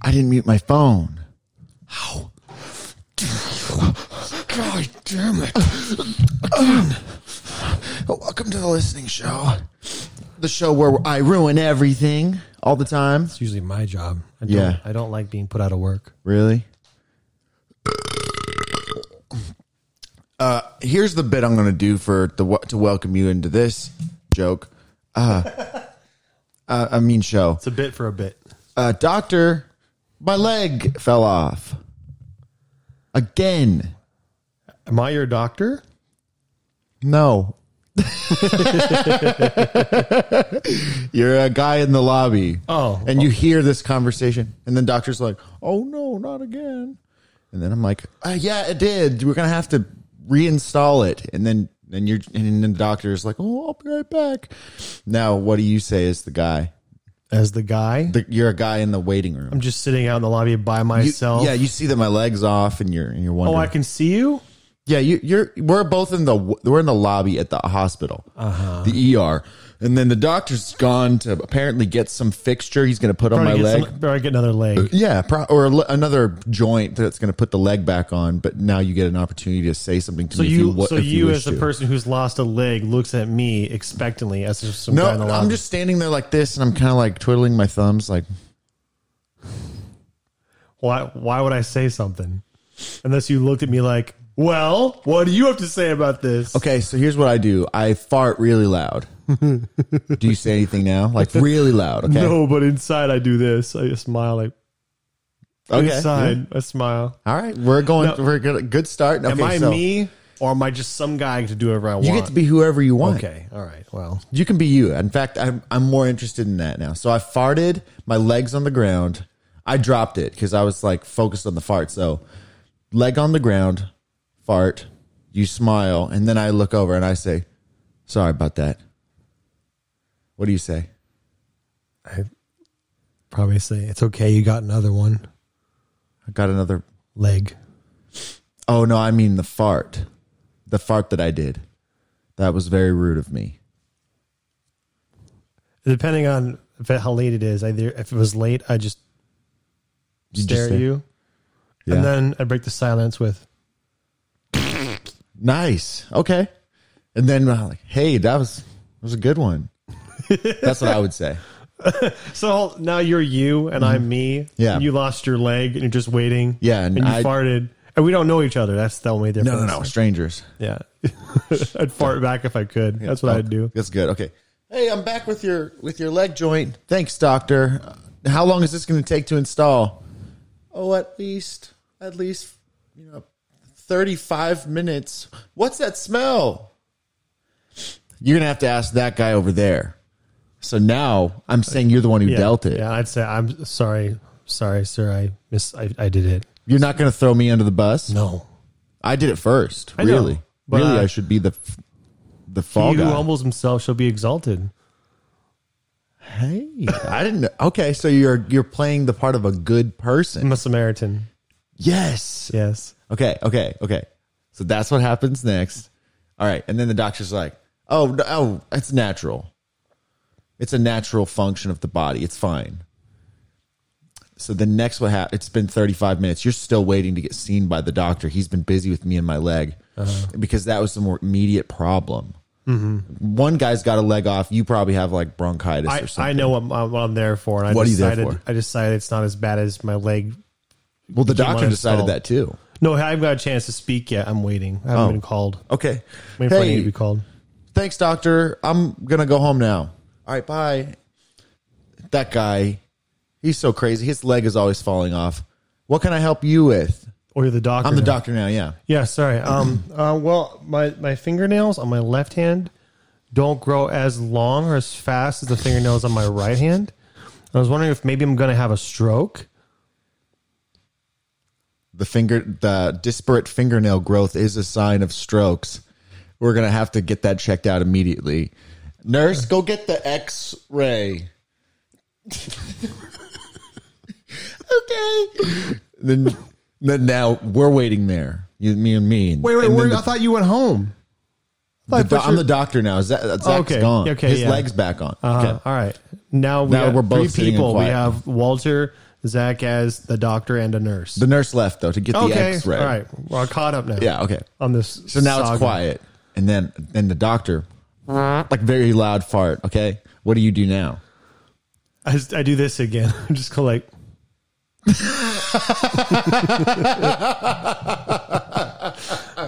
I didn't mute my phone. Ow. God damn it. Welcome to the listening show. The show where I ruin everything all the time. It's usually my job. I don't, Yeah. I don't like being put out of work. Really? Uh, here's the bit I'm going to do for the to welcome you into this joke. Uh, uh, I mean show. It's a bit for a bit. Uh, doctor, my leg fell off. Again. Am I your doctor? No. You're a guy in the lobby. Oh. And you hear this conversation. And then doctor's like, oh, no, not again. And then I'm like, uh, yeah, it did. We're going to have to reinstall it. And then and you're and then the doctor's like, oh, I'll be right back. Now, what do you say as the guy? As the guy? The, you're a guy in the waiting room. I'm just sitting out in the lobby by You- myself. yeah, you see that my legs off, and you're and you're oh, wondering. I can see you? Yeah, you, you're. We're both in the we're in the lobby at the hospital, Uh-huh. the ER, and then the doctor's gone to apparently get some fixture he's going to put on my Probably get leg. some- probably get another leg. yeah, pro- or l- another joint that's going to put the leg back on. But now you get an opportunity to say something to So me. you, if you, wa- so if you, wish as the to. person who's lost a leg, looks at me expectantly as if some guy in the No, lobby. I'm just standing there like this, and I'm kind of like twiddling my thumbs, like why why would I say something? Unless you looked at me like, well, what do you have to say about this? Okay, so here's what I do. I fart really loud. do you say anything now? Like really loud. Okay. No, but inside I do this. I smile like okay. inside. I smile. All right. We're going No. we're good good start. Okay, am I so me or am I just some guy to do whatever I You want? get to be whoever you want. okay. All right. Well, You can be you. In fact, I'm I'm more interested in that now. So I farted, my legs on the ground. I dropped it because I was like focused on the fart. So leg on the ground, fart, you smile, and then I look over and I say, Sorry about that. What do you say? I probably say it's okay. You got another one I got another leg. Oh no, I mean the fart. The fart that I did. That was very rude of me. Depending on if it, how late it is, either if it was late, I just You stare just at said- you, Yeah. and then I break the silence with Nice. Okay. And then I'm like, hey, that was that was a good one. That's what I would say. So now you're you and I'm me. Yeah. And you lost your leg and you're just waiting. Yeah, Mm-hmm. And, and you I- farted. And we don't know each other. That's the only difference. No, no, no. Strangers. Yeah. I'd fart back if I could. That's what I'd do. Oh, That's good. Okay. Hey, I'm back with your with your leg joint. Thanks, doctor. Uh, How long is this going to take to install? Oh, at least at least you know 35 minutes. What's that smell? You're going to have to ask that guy over there. So now I'm saying you're the one who Yeah. dealt it. Yeah. I'd say, I'm sorry. Sorry, sir. I miss, I, I did it. You're not going to throw me under the bus? No. I did it first. know, really, but, really, uh, I should be the the fall he who guy. humbles himself shall be exalted. hey, I didn't. know- Okay, so you're you're playing the part of a good person. I'm a Samaritan. Yes. Yes. Okay. Okay. Okay. So that's what happens next. All right, and then the doctor's like, "Oh, no, oh, it's natural. It's a natural function of the body. It's fine." So the next what happened? It's been 35 minutes. You're still waiting to get seen by the doctor. He's been busy with me and my leg Uh-huh. because that was the more immediate problem. One guy's got a leg off. You probably have like bronchitis Mm-hmm. I, or something. I know what, I'm- what I'm there for. And I What are you there decided, for? I decided it's not as bad as my leg. Well, the You can't doctor let it decided stall. that too. No, I haven't got a chance to speak yet. I'm waiting. I haven't Oh. been called. Okay. Waiting for I need to be called. thanks doctor i'm gonna go home now all right bye that guy he's so crazy his leg is always falling off what can i help you with Or you're the doctor. i'm the now. doctor now yeah Yeah, sorry. Um, uh, well, my, my fingernails on my left hand don't grow as long or as fast as the fingernails on my right hand. I was wondering if maybe I'm going to have a stroke. the finger the disparate fingernail growth is a sign of strokes we're gonna have to get that checked out immediately nurse go get the x-ray okay then then now we're waiting there you me and me and- and then the- thought you went home. The do- I'm the doctor now. Zach, Zach's Okay, gone. okay, His yeah. leg's back on. Uh, Okay. All right. Now, we Now have we're both three sitting in people. We quiet. have Walter, Zach as the doctor and a nurse. The nurse left though to get the okay, X-ray. all right. Well, I caught up now. Yeah. Okay. on this. So now it's quiet, and then then the doctor, like very loud fart. Okay, what do you do now? I, just- I do this again. I'm just go like.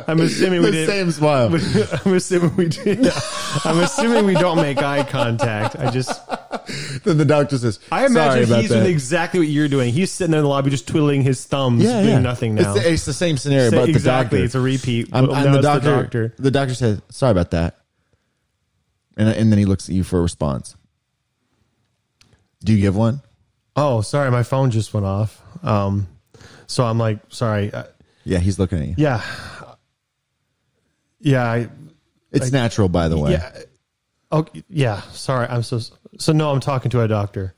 I'm assuming we The did. same smile. I'm assuming we did. I'm assuming we don't make eye contact. I just. then the doctor says, I Sorry imagine about he's that. doing exactly what you're doing. He's sitting there in the lobby just twiddling his thumbs, yeah, doing yeah. nothing now. It's the, it's the same scenario, Say- but the exactly. doctor. It's a repeat. I'm, Well, I'm now the it's doctor. The doctor. says, "Sorry about that," and and then he looks at you for a response. Do you give one? Oh, sorry, my phone just went off. Um, so I'm like, sorry. Uh, Yeah, he's looking at you. yeah, yeah, I, It's natural, by the way. yeah. Oh, yeah. Sorry, I'm so so. No, I'm talking to a doctor.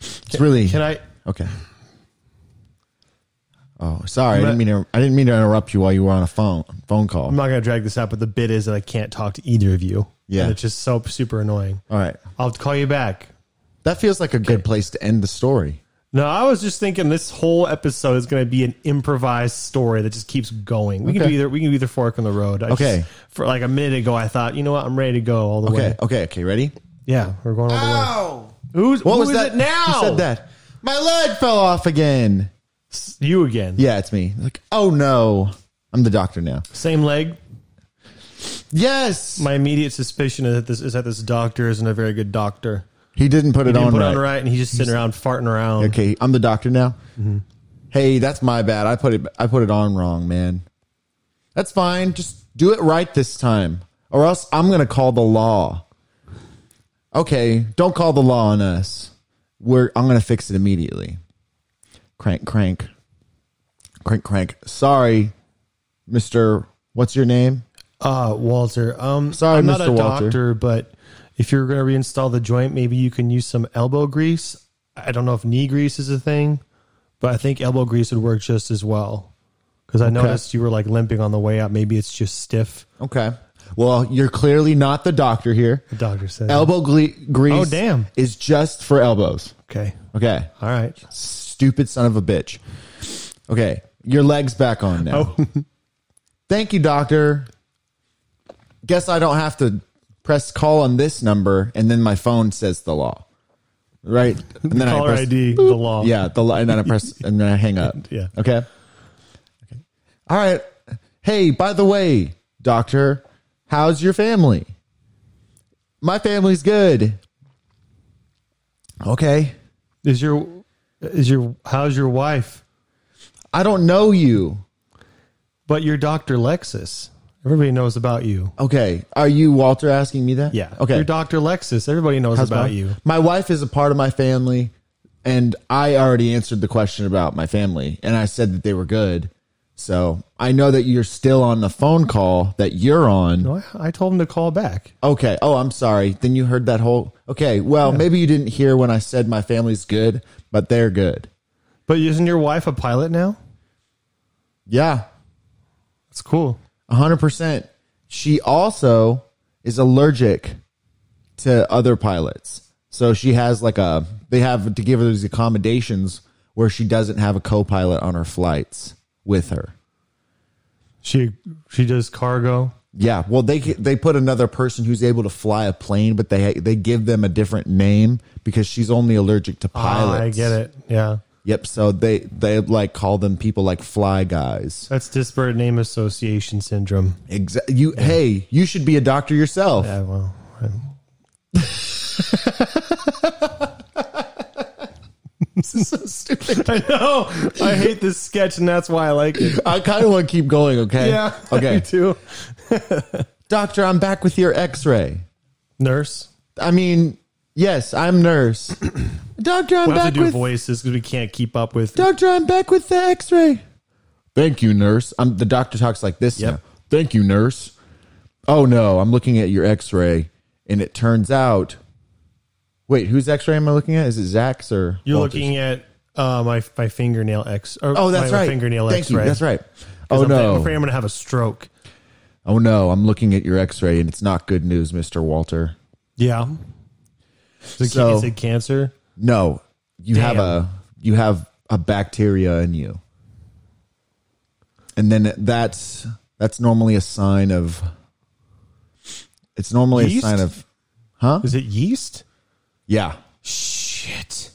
it's really. Can I? Okay. Oh, sorry. I didn't mean to. I didn't mean to interrupt you while you were on a phone phone call. I'm not gonna drag this out, but the bit is that I can't talk to either of you. Yeah. and it's just so super annoying. All right. I'll call you back. That feels like a good place to end the story. No, I was just thinking this whole episode is going to be an improvised story that just keeps going. We can Okay. do either. We can do either fork in the road. I just- Okay. for like a minute ago, I thought, you know what, I'm ready to go all the Okay. way. Okay. Okay. Ready? Yeah, we're going all the way. Oh, Who's what who was is that it now? Who said that? My leg fell off again. You again? Yeah, it's me. Like, oh no, I'm the doctor now. Same leg. Yes, My immediate suspicion is that this is that this doctor isn't a very good doctor. he didn't put it He on put right. on right, and he's just sitting around farting around. Okay, I'm the doctor now. Mm-hmm. Hey, that's my bad. I put it. I put it on wrong, man. That's fine. Just do it right this time, or else I'm gonna call the law. Okay, don't call the law on us. We're. I'm gonna fix it immediately. Crank, crank, crank, crank. Sorry, Mister. What's your name? Uh, Walter. Um, Sorry, I'm not Mr. a Walter. doctor, but if you're going to reinstall the joint, maybe you can use some elbow grease. I don't know if knee grease is a thing, but I think elbow grease would work just as well. Because I noticed you were like limping on the way out. Maybe it's just stiff. Okay. Well, you're clearly not the doctor here. The doctor said. Elbow gle- grease. Oh, damn. Is just for elbows. okay. Okay. All right. stupid son of a bitch. Okay, your leg's back on now. Oh. Thank you, doctor. Guess I don't have to press call on this number, and then my phone says the law, right? And then I Caller press, ID, the law. yeah, the law, and then I press, and then I hang up. Yeah. Okay. Okay. All right. Hey, by the way, doctor, how's your family? My family's good. Okay. Is your, is your, how's your wife? I don't know you. But your Dr. Lexus. Everybody knows about you. Okay. Are you Walter asking me that? Okay. Your Dr. Lexus. Everybody knows How's about my- you. My wife is a part of my family, and I already answered the question about my family, and I said that they were good. So I know that you're still on the phone call that you're on. No, I, I told him to call back. Okay. Oh, I'm sorry. Then you heard that whole. Okay. Well, maybe you didn't hear when I said my family's good, but they're good. But isn't your wife a pilot now? Yeah. That's cool. 100%. She also is allergic to other pilots. So she has like a, they have to give her these accommodations where she doesn't have a co pilot on her flights with her. She she does cargo. Yeah, well, they they put another person who's able to fly a plane, but they they give them a different name because she's only allergic to Ah, pilots. I get it. Yeah, Yep. So they they like call them people like fly guys. that's disparate name association syndrome. Exa- you hey, you should be a doctor yourself. Yeah, well, I'm- so stupid. I know. I hate this sketch, and that's why I like it. I kind of want to keep going, okay? Yeah. Me Okay. too. Doctor, I'm back with your x ray. Nurse. I mean, yes, I'm nurse. Doctor, I'm We have to back do with voices because we can't keep up with. Doctor, I'm back with the x ray. Thank you, nurse. I'm, the doctor talks like this. Yep. now. Thank you, nurse. Oh, no, I'm looking at your x ray, and it turns out. Wait, whose x ray am I looking at? Is it Zach's or. You're Walter's? looking at uh, my my fingernail X. Or Oh, that's my, right. My fingernail Thank you. X-ray. That's right. 'Cause Oh, I'm, no. I'm afraid I'm gonna have a stroke. Oh, no, I'm looking at your x ray, and it's not good news, Mr. Walter. Yeah. Is it, So- is it cancer? No, you have a you have a bacteria in you and then that's that's normally a sign of it's normally a Yeast? sign of Is it yeast? yeah Shit.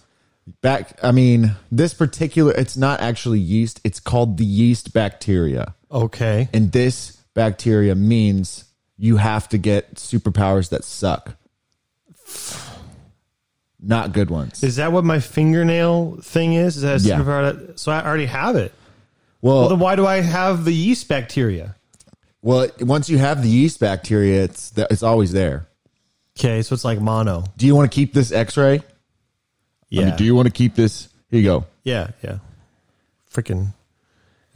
back i mean this particular it's not actually yeast it's called the yeast bacteria Okay. and this bacteria means you have to get superpowers that suck not good ones Is that what my fingernail thing is? Is that a Yeah. superpower? That, so I already have it. Well, well then why do I have the yeast bacteria? well it- once you have the yeast bacteria it's th- it's always there Okay, so it's like mono. do you want to keep this x-ray I Yeah. mean, do you want to keep this here you go Yeah, yeah. Freaking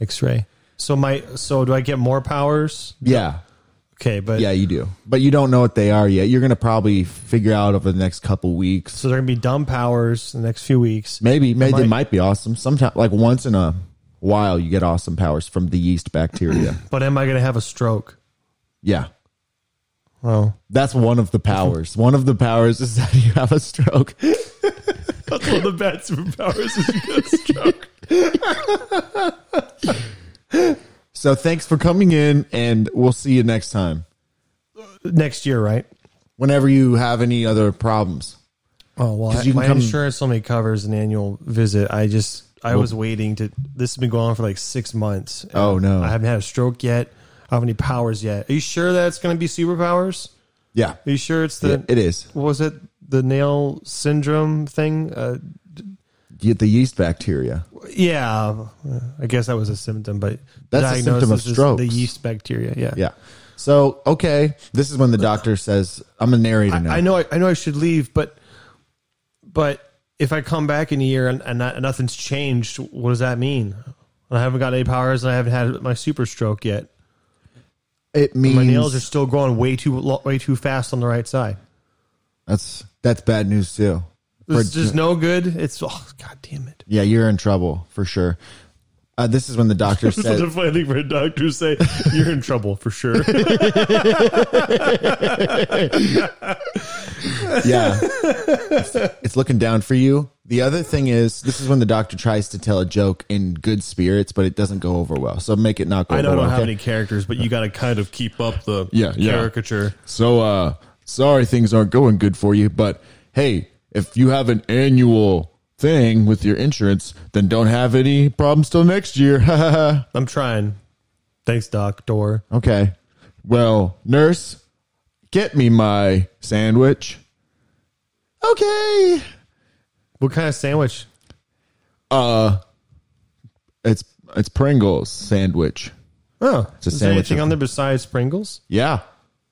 X-ray. So my so do I get more powers? yeah Okay, but yeah you do but you don't know what they are yet you're gonna probably figure out over the next couple weeks so they're gonna be dumb powers in the next few weeks. Maybe, maybe might- they might be awesome. Sometimes, like once in a while, you get awesome powers from the yeast bacteria. But am I gonna have a stroke? yeah, Oh, that's one of the powers. One of the powers is that you have a stroke. that's one of the bad superpowers is you get a stroke. So thanks for coming in, and we'll see you next time. next year, right? Whenever you have any other problems, Oh well, I, you can my come- insurance only covers an annual visit. I just I was waiting to. This has been going on for like six months. Oh, no. I haven't had a stroke yet. I don't have any powers yet. Are you sure that it's going to be superpowers? yeah, Are you sure it's the it is what was it the nail syndrome thing? Uh, you get the yeast bacteria. yeah, I guess that was a symptom, but That's a symptom of diagnosis is strokes. The yeast bacteria. Yeah, Yeah. So okay, this is when the doctor says, "I'm a narrator now." I know. I, I know. I should leave, but but if I come back in a year and, and, not, and nothing's changed, what does that mean? I haven't got any powers, and I haven't had my super stroke yet. It means My nails are still growing way too lo- way too fast on the right side. that's that's bad news too. It's For- just no good. It's oh god damn it. yeah, you're in trouble for sure. Uh, this is when the doctor says, funny thing for a doctor to say. You're in trouble for sure. yeah It's- it's looking down for you the other thing is this is when the doctor tries to tell a joke in good spirits but it doesn't go over well so make it not go I know I over don't well, have okay? any characters, but you got to kind of keep up the Yeah, yeah. caricature. so uh sorry things aren't going good for you but hey if you have an annual thing with your insurance then don't have any problems till next year I'm trying. Thanks, doctor. okay well nurse get me my sandwich okay What kind of sandwich? it's it's pringles sandwich Oh, a is there sandwich anything of- on there besides Pringles? yeah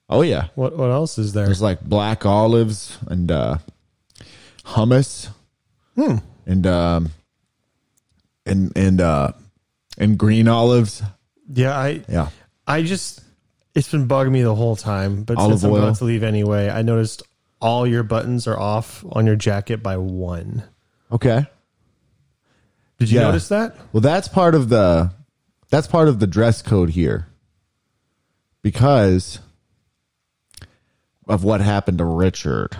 oh yeah What what else is there? There's like black olives and uh, hummus and um, and and uh, and green olives. Yeah, I Yeah, I just it's been bugging me the whole time. But Olive since I'm oil. about to leave anyway, I noticed all your buttons are off on your jacket by one. okay. Did you Yeah. notice that? Well, that's part of the that's part of the dress code here because of what happened to Richard.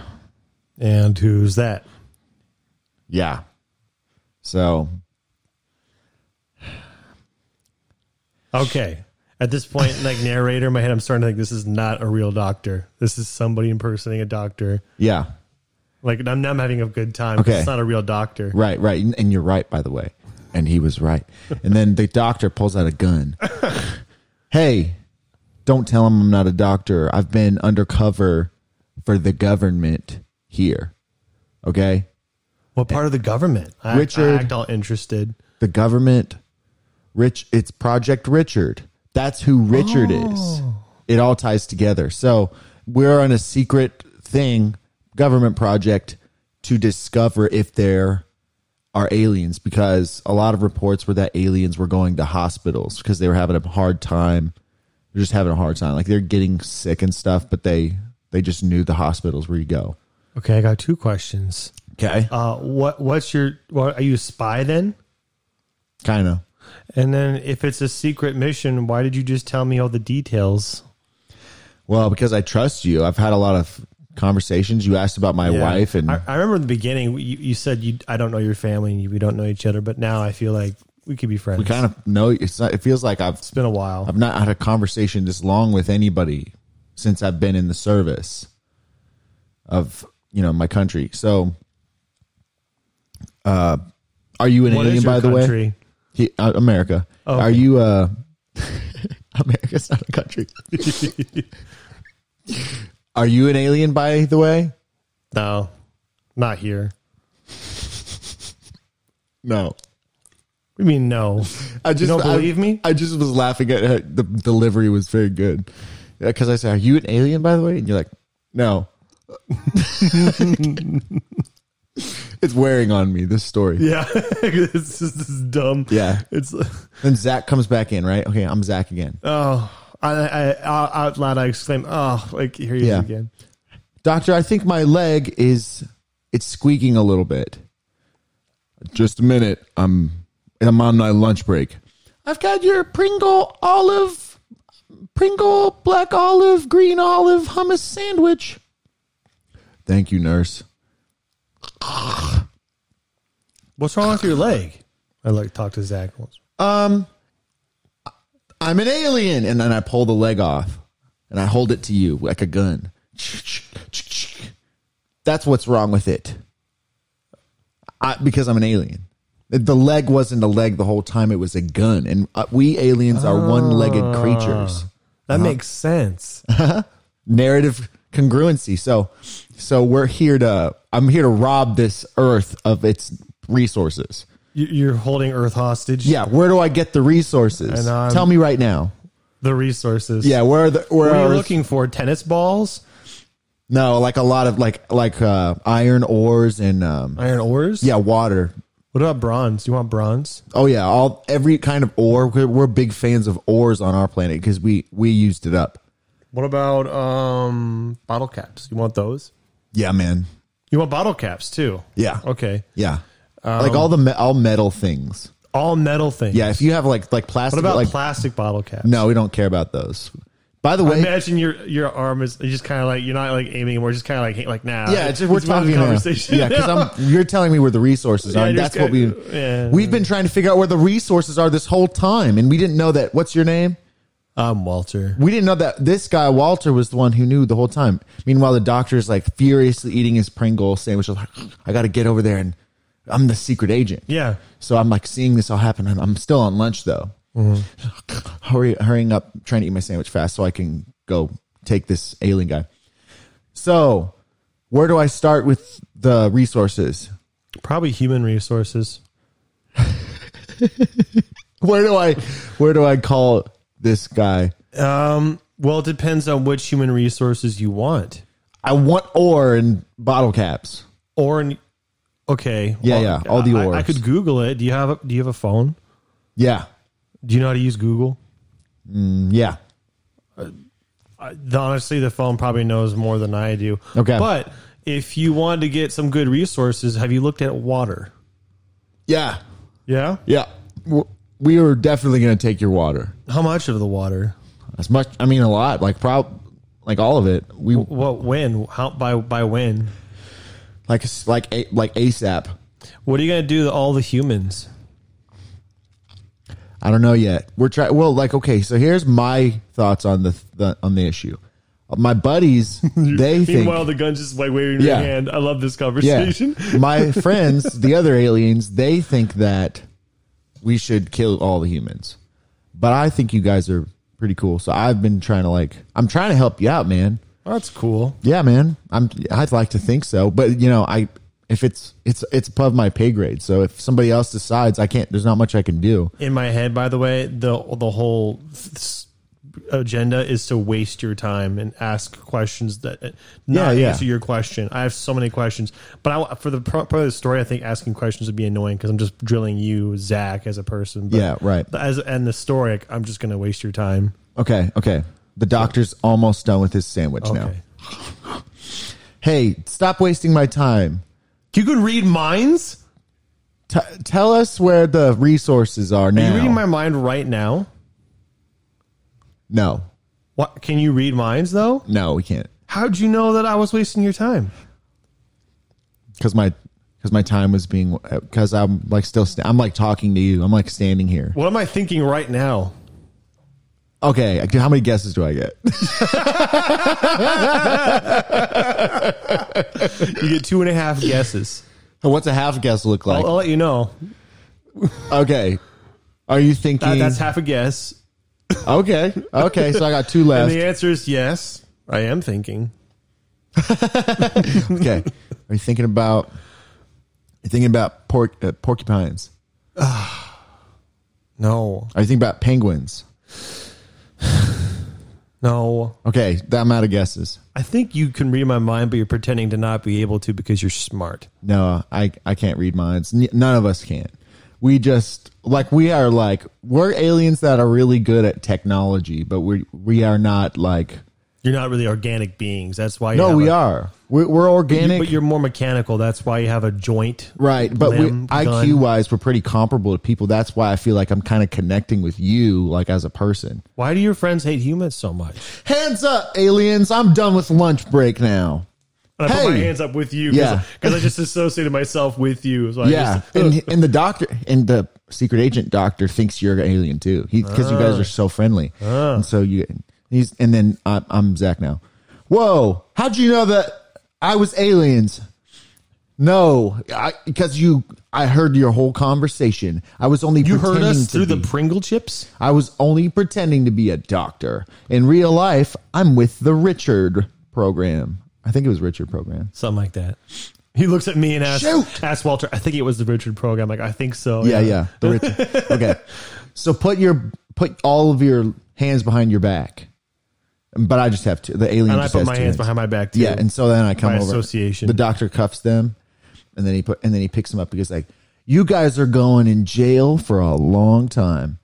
And who's that? Yeah. So Okay. At this point, like narrator in my head, I'm starting to think this is not a real doctor. This is somebody impersonating a doctor. yeah, Like I'm not having a good time. 'cause Okay. It's not a real doctor. right, right, and, and you're right by the way. And he was right. And then the doctor pulls out a gun. hey, don't tell him I'm not a doctor. I've been undercover for the government here. Okay? What part of the government? I, Richard- I act all interested. The government, Rich, it's Project Richard. That's who Richard is. It all ties together. So we're on a secret thing, government project, to discover if there are aliens because a lot of reports were that aliens were going to hospitals because they were having a hard time. They're just having a hard time. Like they're getting sick and stuff, but they they just knew the hospitals where you go. Okay, I got two questions. Okay. Uh, what what's your what are you a spy then? kind of. And then if it's a secret mission, why did you just tell me all the details? Well, because I trust you. I've had a lot of conversations. You asked about my Yeah. wife, and I, I remember in the beginning you, you said you I don't know your family and you, we don't know each other, but now I feel like we could be friends. we kind of know it's not. It feels like I've it's been a while. I've not had a conversation this long with anybody since I've been in the service of you know my country. So, uh, are you an What alien is your by the way? country? Oh, He, uh, America. Okay. Are you? Uh, America's not a country. are you an alien by the way? No, not here. No. We mean no. I just don't I- believe me? I just was laughing at her. The delivery was very good because I said, "Are you an alien, by the way?" And you're like, "No." it's wearing on me this story. Yeah, it's just this is dumb. Yeah. it's Then Zach comes back in, right? Okay, I'm Zach again. oh, I, I, I out loud I exclaim, oh, like here he Yeah. is again. Doctor, I think my leg is it's squeaking a little bit. Just a minute. I'm I'm on my lunch break. I've got your Pringle olive Pringle black olive green olive hummus sandwich. Thank you, nurse. What's wrong with your leg? I like talked to Zach once. I'm an alien and then I pull the leg off and I hold it to you like a gun. That's what's wrong with it. I, because I'm an alien. The leg wasn't a leg the whole time. It was a gun. And uh, we aliens are one legged Ah. creatures. That Uh-huh. makes sense. Narrative congruency. So, so we're here to, I'm here to rob this earth of its resources. You- You're holding Earth hostage. Yeah. Where do I get the resources? And I'm- Tell me right now. the resources. Yeah. Where are the, where What are are you the looking for? Tennis balls, No, like a lot of like like uh iron ores and um iron ores. yeah, water. What about bronze? You want bronze? Oh yeah, all every kind of ore. We're, we're big fans of ores on our planet because we we used it up. What about um bottle caps? You want those? Yeah, man. You want bottle caps too? Yeah. Okay. Yeah. like all the me- all metal things. All metal things. Yeah, if you have like like plastic What about like plastic bottle caps? No, we don't care about those. By the way, Imagine your your arm is you're just kind of like you're not like aiming anymore. Just kind of like like now. yeah, it's just, we're talking now. conversation. Yeah, because I'm you're telling me where the resources Yeah, are. And you're that's what we scared. Yeah. we've been trying to figure out where the resources are this whole time, and we didn't know that. What's your name? I'm Walter. we didn't know that this guy Walter was the one who knew the whole time. Meanwhile, the doctor is like furiously eating his Pringle sandwich. Like, I got to get over there, and I'm the secret agent. Yeah. So I'm like seeing this all happen, and I'm still on lunch though. Hurry, hurrying up, trying to eat my sandwich fast so I can go take this alien guy. So, where do I start with the resources? Probably human resources. Where do I, where do I call this guy? Um. Well, it depends on which human resources you want. I want ore and bottle caps. Or, in- okay. Yeah, yeah, all the I- I, ores. could Google it. Do you have a, Do you have a phone? Yeah, Mm, Do you know how to use Google? yeah. I, the- honestly, the phone probably knows more than I do. Okay. But if you wanted to get some good resources, have you looked at water? Yeah. Yeah. Yeah. W- We are definitely going to take your water. How much of the water? As much, I mean, a lot, like prob, like all of it. We What? When? How? By by when? like s- like a, like ASAP. What are you gonna do to all the humans? I don't know yet. We're trying. Well, like okay. So here's my thoughts on the, the on the issue. My buddies, they think the gun's just like waving your Yeah. hand. I love this yeah. My friends, the other aliens, they think that we should kill all the humans. But I think you guys are pretty cool. So I've been trying to like I'm trying to help you out, man. That's cool. Yeah, man. I'm. I'd like to think so, but you know, I if it's it's it's above my pay grade. So if somebody else decides, I can't. There's not much I can do. In my head, by the way, the the whole s- agenda is to waste your time and ask questions that uh, Yeah, not yeah. answer your question. I have so many questions, but I, for the pro- part of the story, I think asking questions would be annoying because I'm just drilling you, Zach, as a person. But Yeah, right. As and the story, like, I'm just gonna waste your time. Okay, okay. The doctor's almost done with his sandwich now. Okay. Hey, stop wasting my time. You can read minds. T- tell us where the resources are Are now. you reading my mind right now? no, What can you read minds though? no, we can't. How'd you know that I was wasting your time? because my because my time was being because I'm like still sta- I'm like talking to you. I'm like standing here. What am I thinking right now? Okay, how many guesses do I get? You get two and a half guesses. What's a half guess look like? I'll, I'll let you know. Okay, are you thinking? oh. That, that's half a guess. okay, okay. So I got two And left. the answer is yes. I am thinking. Okay, are you thinking about? You thinking about porc- uh, porcupines? No. Are you thinking about penguins? No. Okay, that amount of guesses. I think you can read my mind, but you're pretending to not be able to because you're smart. No, I I can't read minds. N- None of us can. We just like we are like we're aliens that are really good at technology, but we we are not like You're not really organic beings. That's why. You no, have we a- are we're, we're organic, But you're more mechanical. That's why you have a joint. right? But we, limb, IQ gun. wise, we're pretty comparable to people. That's why I feel like I'm kind of connecting with you, like as a person. Why do your friends hate humans so much? Hands up, aliens! I'm done with lunch break now. And I put my Hey. hands up with you Yeah. because I just associated myself with you. So I Yeah, just- and and the doctor and the secret agent doctor thinks you're an alien too. He because you guys Ah. are so friendly, and so you he's and then I, I'm Zach now. Whoa, how'd you know that I was aliens? No, I, because you I heard your whole conversation. I was only you heard pretending us to through the be- Pringle chips. I was only pretending to be a doctor. In real life, I'm with the Richard program. I think it was Richard program. Something like that. He looks at me and asks, Shoot! asks Walter, I think it was the Richard program. Like, I think so. yeah, yeah. The rich. okay. So put your put all of your hands behind your back. But I just have two. The alien. And I just put has my two hands behind my back, too. Yeah, and so then I come By over. association. The doctor cuffs them, and then he put and then he picks them up because like you guys are going in jail for a long time.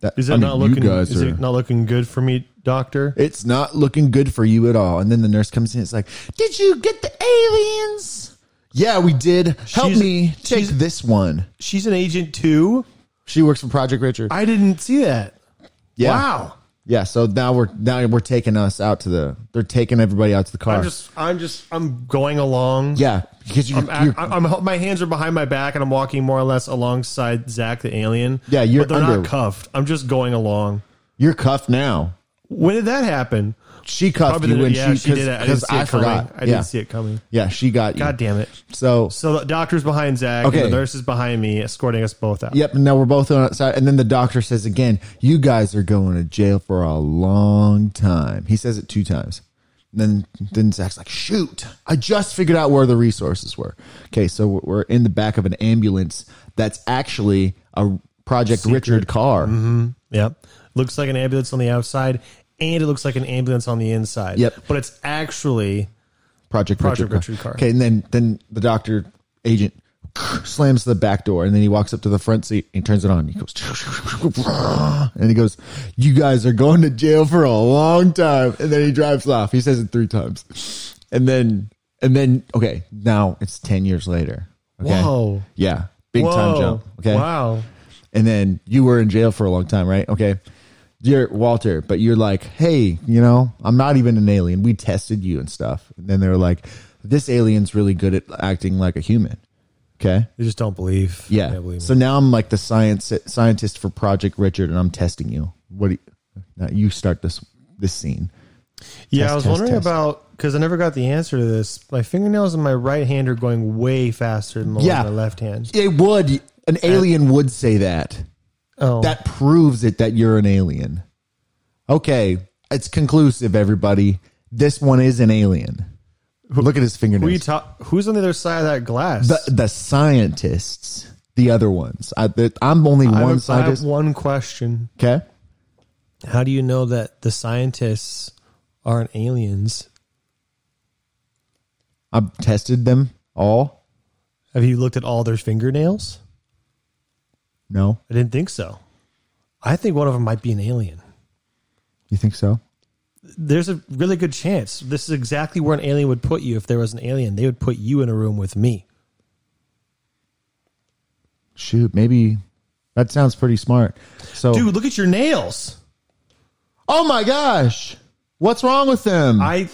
That, Is it I mean, not looking? You guys is are, it not looking good for me, Doctor? it's not looking good for you at all. And then the nurse comes in. It's like, did you get the aliens? Yeah, we did. Help She's- me take this one. She's an agent too. She works for Project Richard. I didn't see that. yeah. Wow. Yeah, so now we're now we're taking us out to the they're taking everybody out to the car. I'm just, I'm just, I'm going along. yeah, because you, I'm, you're, I- I'm- my hands are behind my back, and I'm walking more or less alongside Zach the alien. Yeah, you're But they're under- not cuffed. I'm just going along. you're cuffed now. When did that happen? She cuffed Probably you the, when yeah, she she did it. I didn't because see it I, forgot. Coming. I yeah. didn't see it coming. Yeah, she got you. God damn it! So So the doctor's behind Zach. Okay. And the nurse is behind me, escorting us both out. yep. Now we're both on outside, and then the doctor says again, "You guys are going to jail for a long time." He says it two times. And then then Zach's like, "Shoot! I just figured out where the resources were." Okay, so we're- we're in the back of an ambulance that's actually a Project Richard car. Yep. Looks like an ambulance on the outside, and it looks like an ambulance on the inside. Yep. But it's actually Project, Project Richard, Richard car. car. Okay, and then then the doctor agent slams the back door, and then he walks up to the front seat and turns it on. He goes, and he goes, "You guys are going to jail for a long time." And then he drives off. He says it three times, and then and then okay, now it's ten years later. Okay? Whoa. yeah, big time jump. Okay, Wow. and then you were in jail for a long time, right? Okay. You're Walter, but you're like, hey, you know, I'm not even an alien. We tested you and stuff. And then they were like, this alien's really good at acting like a human. Okay. They just don't believe. Yeah. They believe so now I'm like the science scientist for Project Richard, and I'm testing you. What do you, now you start this this scene? me. yeah, test, I was test, wondering test. about because I never got the answer to this. My fingernails in my right hand are going way faster than the Yeah. one in my left hand. It would an alien would say that. Oh, That proves it that you're an alien. Okay, it's conclusive, everybody. This one is an alien. Look at his who you fingernails. ta- Who's on the other side of that glass? The, the scientists, the other ones. I, the, I'm only I, one have, I have scientist. one question. okay, How do you know that the scientists aren't aliens? I've tested them all. Have you looked at all their fingernails? No, I didn't think so. I think one of them might be an alien. you think so? There's a really good chance. This is exactly where an alien would put you if there was an alien. They would put you in a room with me. Shoot, maybe that sounds pretty smart. So, Dude, look at your nails. oh my gosh, what's wrong with them? I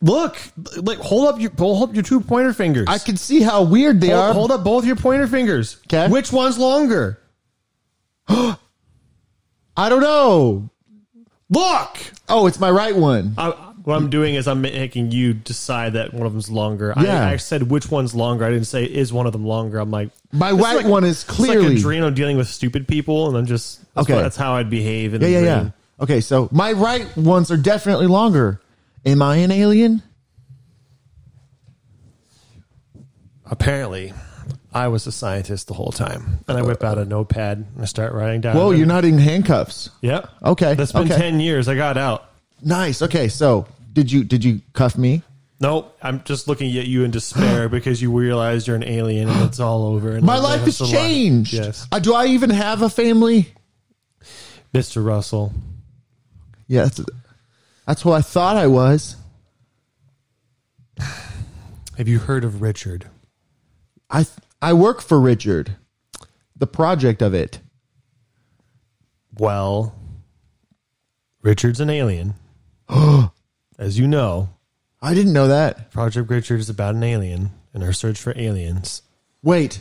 Look, like hold up your hold up your two pointer fingers. I can see how weird they hold, are. hold up both your pointer fingers. 'Kay. Which one's longer? I don't know. Look. Oh, it's my right one. I, what I'm doing is I'm making you decide that one of them's longer. Yeah. I, I said which one's longer. I didn't say is one of them longer. I'm like My this right one is it's like clearly- Adreno dealing with stupid people, and I'm just that's Okay. what- That's how I'd behave. In Yeah, the yeah, dream. yeah. Okay, so my right ones are definitely longer. Am I an alien? Apparently, I was a scientist the whole time, and I whip out a notepad and I start writing down. Whoa, you're not in handcuffs. Yep. Okay, That's been okay. ten years. I got out. Nice. Okay, so did you did you cuff me? Nope. I'm just looking at you in despair because you realize you're an alien and it's all over. And My I'm like, life has that's a lot. changed. Yes, Uh, do I even have a family? Mr. Russell. Yeah, that's, that's what I thought I was. Have you heard of Richard? I I work for Richard. The project of it. Well, Richard's an alien. As you know, I didn't know that. Project Richard is about an alien and our search for aliens. Wait.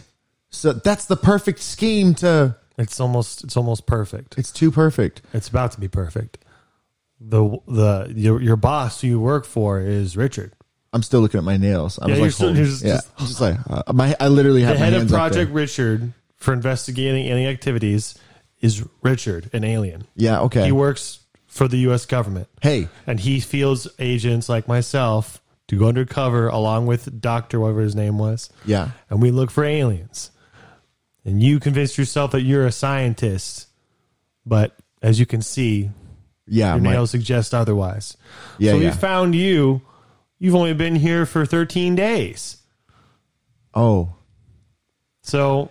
So that's the perfect scheme to It's almost it's almost perfect. It's too perfect. It's about to be perfect. The the your, your boss who you work for is Richard. I'm still looking at my nails. I Yeah, was you're like, still- holding- you're just- yeah. just- I'm just like uh, my. I literally have The my head of hands up there. Project Richard for investigating alien activities is Richard, an alien. Yeah. Okay. He works for the U.S. government. hey, and he fields agents like myself to go undercover along with Doctor, whatever his name was. Yeah. And we look for aliens. And you convinced yourself that you're a scientist, but as you can see, yeah, your my- nails suggest otherwise. Yeah, so we yeah. found you. You've only been here for 13 days. oh, So,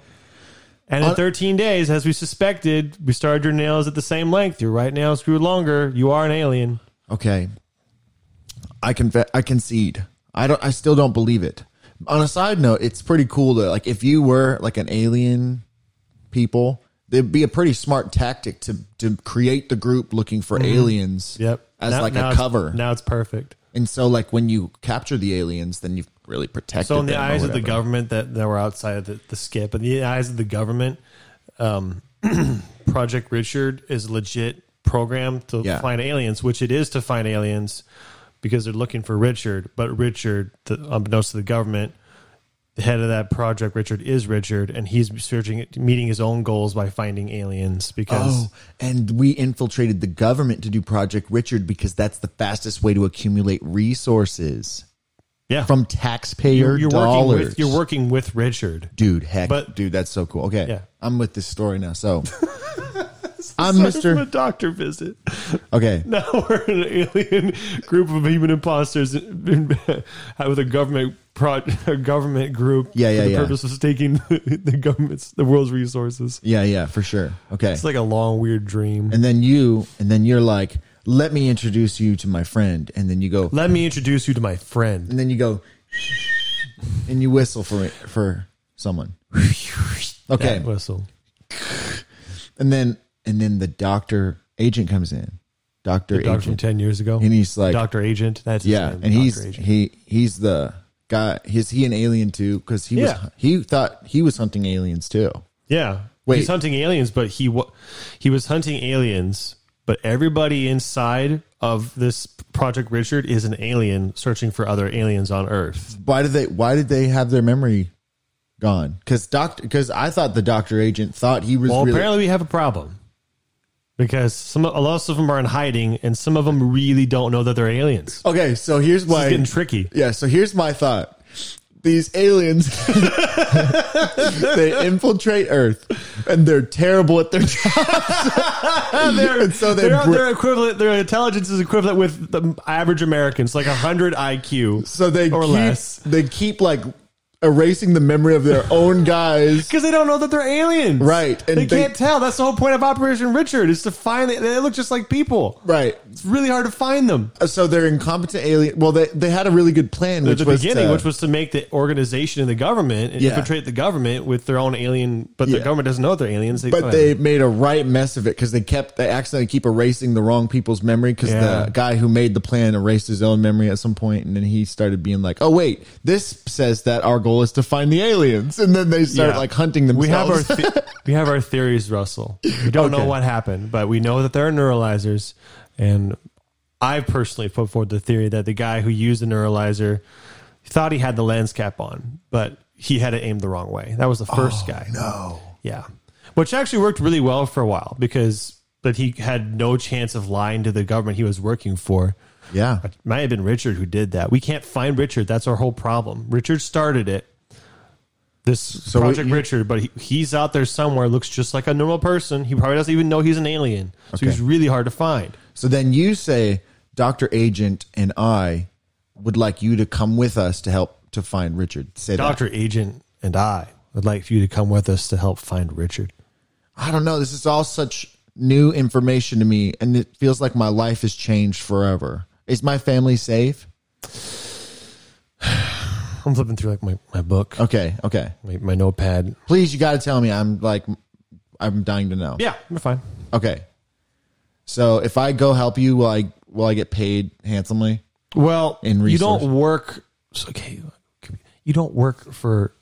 and in On- 13 days, as we suspected, we started your nails at the same length. Your right nails grew longer. You are an alien. okay. I confess. I concede. I don't. I still don't believe it. On a side note, it's pretty cool to like if you were like an alien people, it'd be a pretty smart tactic to to create the group looking for aliens. Mm-hmm. Yep. As Now- like now a it's- cover, Now it's perfect. and so like when you capture the aliens, then you've really protected. So in the them or eyes of the whatever. government that, that were outside of the, the skip, in the eyes of the government, um, Project Richard is a legit program to Yeah. find aliens, which it is to find aliens because they're looking for Richard. But Richard, the, unbeknownst to the government, the head of that project, Richard, is Richard, and he's searching, meeting his own goals by finding aliens because Oh, and we infiltrated the government to do Project Richard because that's the fastest way to accumulate resources yeah, from taxpayer you're, you're working dollars. with you're working with Richard. dude, heck, But- dude, that's so cool. Okay, Yeah. I'm with this story now. So I'm Mr. a doctor visit. Okay, Now we're an alien group of human imposters in- in- with a government pro- a government group. Yeah, yeah, for the yeah. purpose of staking the, government's the world's resources. yeah, yeah, for sure. Okay, It's like a long weird dream. and then you, and then you're like, let me introduce you to my friend, and then you go, Let me introduce you to my friend. and then you go, and you whistle for for someone. Okay, That whistle. and then and then the doctor agent comes in, doctor Doctor agent. from ten years ago. and he's like, Doctor Agent. That's his yeah, name, and Dr. he's Agent. he he's the guy. Is he an alien too? Because he Yeah. was he thought he was hunting aliens too. Yeah. Wait. He's hunting aliens, but he wa- he was hunting aliens, but everybody inside of this Project Richard is an alien searching for other aliens on Earth. Why did they Why did they have their memory gone? Because doctor because I thought the doctor agent thought he was Well, really apparently we have a problem because some a lot of them are in hiding, and some of them really don't know that they're aliens. okay. So here's It's why. getting tricky. Yeah. So here's my thought. These aliens, they infiltrate Earth, and they're terrible at their job. They're, And so they they're, br- they're equivalent. Their intelligence is equivalent with the average Americans, like hundred IQ, So they or keep, less. They keep like erasing the memory of their own guys. Because they don't know that they're aliens. Right, and they, they- can't tell. That's the whole point of Operation Richard is to find they look just like people. Right. It's really hard to find them. So they're incompetent alien. Well, they, they had a really good plan, At which the was beginning, to- which was to make the organization and the government and Yeah. infiltrate the government with their own alien, but the Yeah. government doesn't know they're aliens. They but they made a right mess of it because they kept they accidentally keep erasing the wrong people's memory because Yeah. the guy who made the plan erased his own memory at some point and then he started being like oh wait this says that our goal is to find the aliens and then they start Yeah. like hunting we themselves have our the- we have our theories, Russell. We don't Okay. know what happened, but we know that there are neuralizers, and I personally put forward the theory that the guy who used the neuralizer thought he had the lens cap on, but he had it aimed the wrong way. That was the first guy. Oh, no Yeah. Which actually worked really well for a while because but he had no chance of lying to the government he was working for. yeah It might have been Richard who did that. We can't find Richard. That's our whole problem. Richard started it. This we- Project Richard, but he, he's out there somewhere, looks just like a normal person. He probably doesn't even know he's an alien. So Okay. he's really hard to find. so then you say Doctor Agent and I would like you to come with us to help to find Richard say that Dr. Agent and I would like for you to come with us to help find Richard. I don't know. This is all such new information to me, and it feels like my life has changed forever. Is my family safe? I'm flipping through like my, my book, Okay, okay. my, my notepad. Please, you got to tell me. I'm like, I'm dying to know. Yeah, we're fine. Okay. So if I go help you, will I will I get paid handsomely? Well, in you resource. don't work. so, Okay, you don't work for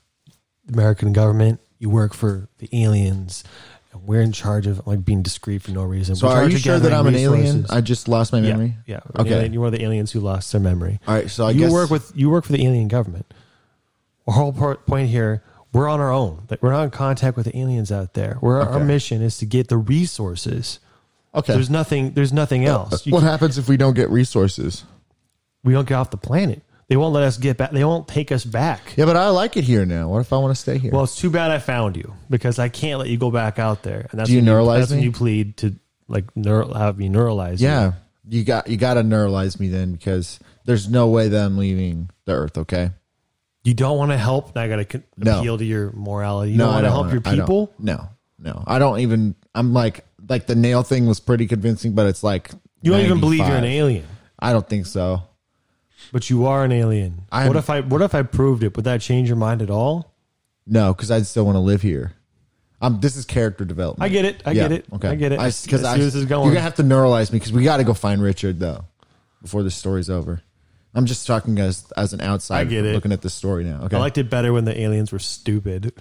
the American government. You work for the aliens. And we're in charge of like being discreet for no reason. So We're in are charge you of sure that I'm gathering an alien? resources. I just lost my memory. Yeah. yeah. Okay. Okay. you are the aliens who lost their memory. All right. So I you guess work with you work for the alien government. Our whole por- point here, we're on our own. Like we're not in contact with the aliens out there. We're, Our Okay. mission is to get the resources. okay. Uh, There's nothing. There's nothing else. You What can- happens if we don't get resources? we don't get off the planet. They won't let us get back. They won't take us back. Yeah, but I like it here now. What if I want to stay here? Well, it's too bad I found you because I can't let you go back out there. And that's Do you when neuralize That's when me? you plead to like neural, have me neuralize. you. Yeah. You got you got to neuralize me then because there's no way that I'm leaving the earth, okay? you don't want to help. And I got to con- No. appeal to your morality. You No, don't I want to don't help wanna- your I don't- people. No. No. I don't even I'm like like the nail thing was pretty convincing, but it's like You don't even believe you're an 95. alien, I don't think so. but you are an alien. I'm- what if I what if I proved it? Would that change your mind at all? No, cuz I'd still want to live here. Um this is character development. I get it. I Yeah, get it. I get it. I, see Cuz I, where this is going. You're going to have to neuralize me cuz we got to go find Richard though before the story's over. I'm just talking as as an outsider get it. looking at the story now. Okay. I liked it better when the aliens were stupid.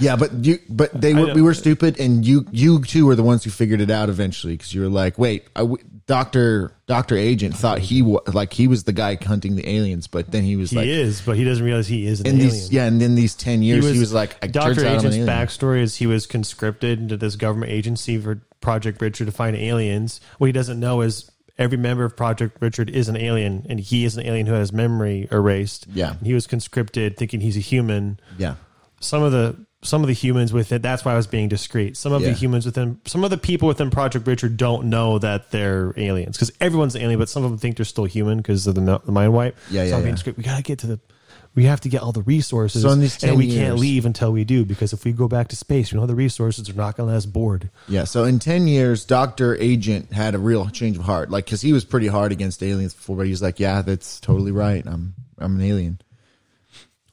Yeah, but you, but they were, know. we were stupid, and you, you too were the ones who figured it out eventually because you were like, wait, I w- Doctor Doctor Agent thought he was like he was the guy hunting the aliens, but then he was he like, is, but he doesn't realize he is an in alien. these, yeah, and in these ten years, he was, like, I turns Doctor out I'm an Agent's alien. backstory is he was conscripted into this government agency for Project Richard to find aliens. What he doesn't know is every member of Project Richard is an alien, and he is an alien who has memory erased. Yeah. he was conscripted thinking he's a human. Yeah, Some of the some of the humans with it. That's why I was being discreet. Some of Yeah. the humans within some of the people within Project Richard don't know that they're aliens because everyone's an alien, but some of them think they're still human because of the, mi- the mind wipe. Yeah, so yeah, I'm being yeah. discreet. We gotta get to the. We have to get all the resources, So in these 10 and we can't years- leave until we do because if we go back to space, we know the resources are not gonna let us board. yeah. So in ten years, Doctor Agent had a real change of heart, like because he was pretty hard against aliens before, but he was like, yeah, that's totally right. I'm I'm an alien.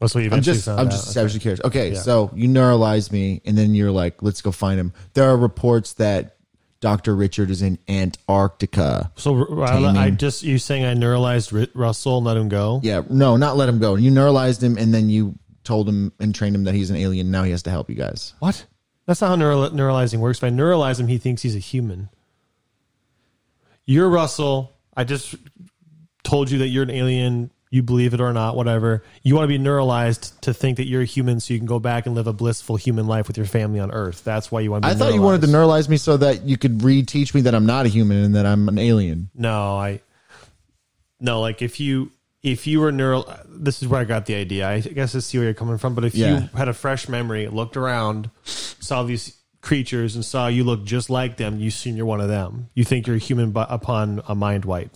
That's what you I'm eventually just found I'm out. just savagely curious. Okay, Yeah. so you neuralize me, and then you're like, let's go find him. There are reports that Doctor Richard is in Antarctica. So I, I just you saying I neuralized Ru- Russell and let him go. Yeah, no, not let him go. You neuralized him, and then you told him and trained him that he's an alien. Now he has to help you guys. What? That's not how neural- neuralizing works. If I neuralize him, he thinks he's a human. You're Russell. I just told you that you're an alien. You believe it or not, whatever. You want to be neuralized to think that you're a human so you can go back and live a blissful human life with your family on Earth. That's why you want to be I thought you wanted to neuralized. neuralize me so that you could reteach me that I'm not a human and that I'm an alien. No, I. No, like if you. If you were neural, this is where I got the idea. I guess I see where you're coming from, but if Yeah. you had a fresh memory, looked around, saw these creatures, and saw you look just like them, you assume you're one of them. You think you're a human, but upon a mind wipe.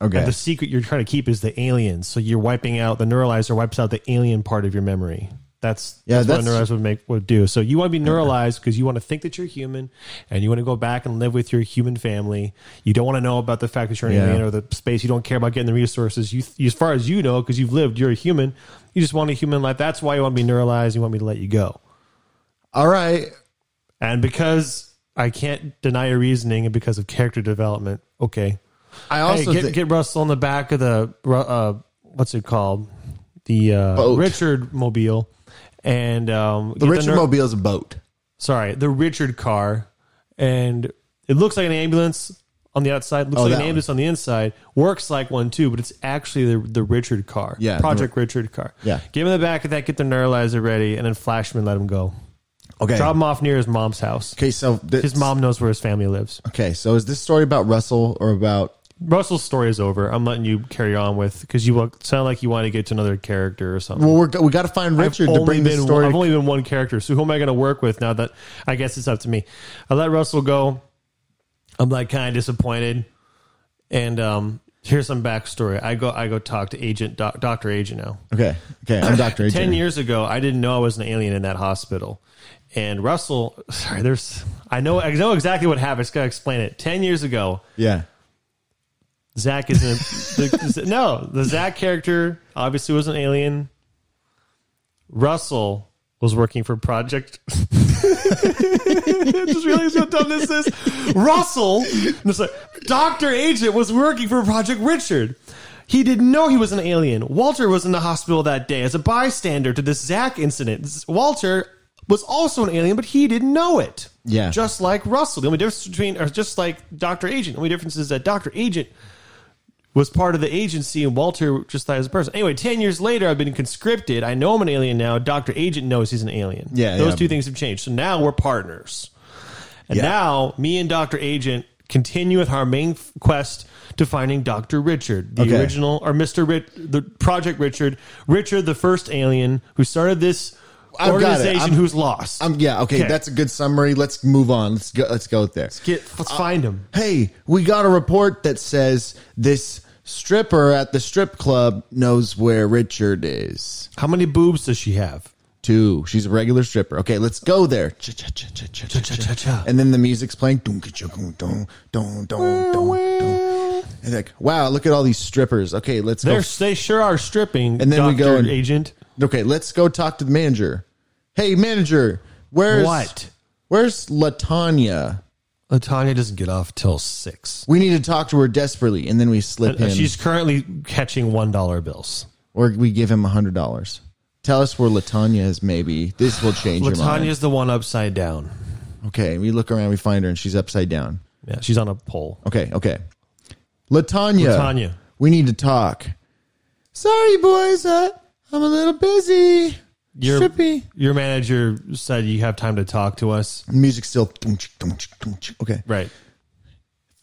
Okay. And the secret you're trying to keep is the aliens. So you're wiping out the neuralizer wipes out the alien part of your memory. That's Yeah, that's, what that's- a neuralizer would make would do. So you want to be neuralized because you want to think that you're human and you want to go back and live with your human family. You don't want to know about the fact that you're an Yeah. alien or the space. You don't care about getting the resources. You as far as you know, because you've lived, you're a human. You just want a human life. That's why you want to be neuralized. You want me to let you go. All right. And because I can't deny your reasoning and because of character development, okay. I Hey, also get, think, get Russell on the back of the ru- uh, what's it called, the uh, Boat. Richard mobile, and um, the Richard ner- Mobile is a boat. sorry, the Richard car, and it looks like an ambulance on the outside, looks Oh, like that an one. ambulance on the inside, works like one too, but it's actually the the Richard car, Yeah, the- Project Richard car, Yeah. Give him the back of that, get the neuralizer ready, and then flash him and let him go. Okay. Drop him off near his mom's house. okay. So this, His mom knows where his family lives. Okay. So is this story about Russell or about? Russell's story is over. I'm letting you carry on with because you look, sound like you want to get to another character or something. Well, we're, we got to find Richard to bring been this story. I've only been one character, so who am I going to work with now? That I guess it's up to me. I let Russell go. I'm like kind of disappointed, and um, here's some backstory. I go I go talk to agent doc, Doctor Agent now. okay. Okay. I'm Doctor Agent. Ten years ago, I didn't know I was an alien in that hospital. And Russell, sorry, there's I know I know exactly what happened. I just got to explain it. Ten years ago, Yeah. Zach is an the, no. The Zach character obviously was an alien. Russell was working for Project. I just realized how dumb this is. Russell, Doctor Agent was working for Project Richard. He didn't know he was an alien. Walter was in the hospital that day as a bystander to this Zach incident. Z- Walter was also an alien, but he didn't know it. Yeah. just like Russell. The only difference between, or just like Doctor Agent, the only difference is that Doctor Agent was part of the agency and Walter just thought he was a person. Anyway, 10 years later, I've been conscripted. I know I'm an alien now. Dr. Agent knows he's an alien. Yeah, Those yeah. two things have changed. So now we're partners. And Yeah. now me and Dr. Agent continue with our main f- quest to finding Dr. Richard, the Okay. original, or Mr. Rich, the Project Richard, Richard, the first alien who started this I've got it. organization I'm- who's lost. Um, yeah. Okay, Okay. That's a good summary. Let's move on. Let's go. Let's go there. Get, let's find him. hey, we got a report that says this stripper at the strip club knows where Richard is. How many boobs does she have? Two. She's a regular stripper. Okay, let's go there. Cha-cha-cha-cha-cha-cha. And then the music's playing. Dun, ka, cha, dun, dun, dun, dun, dun, dun. And like, wow, look at all these strippers. Okay, let's They're, go. they sure are stripping. And then we go Dr. and- Agent. Okay, let's go talk to the manager. Hey, manager, where's What? Where's Latanya? Latanya doesn't get off till six. Uh, We need to talk to her desperately, and then we slip him. She's currently catching one dollar bills. or we give him hundred dollars. Tell us where Latanya is. Maybe this will change your mind. Latanya's the one upside down. Okay, we look around, we find her, and she's upside down. Yeah, she's on a pole. Okay, okay. Latanya, Latanya. we need to talk. Sorry, boys, uh, I'm a little busy. Your Trippy. your manager said you have time to talk to us. Music's still. dum, chick, dum, chick, dum, chick. Okay, Right.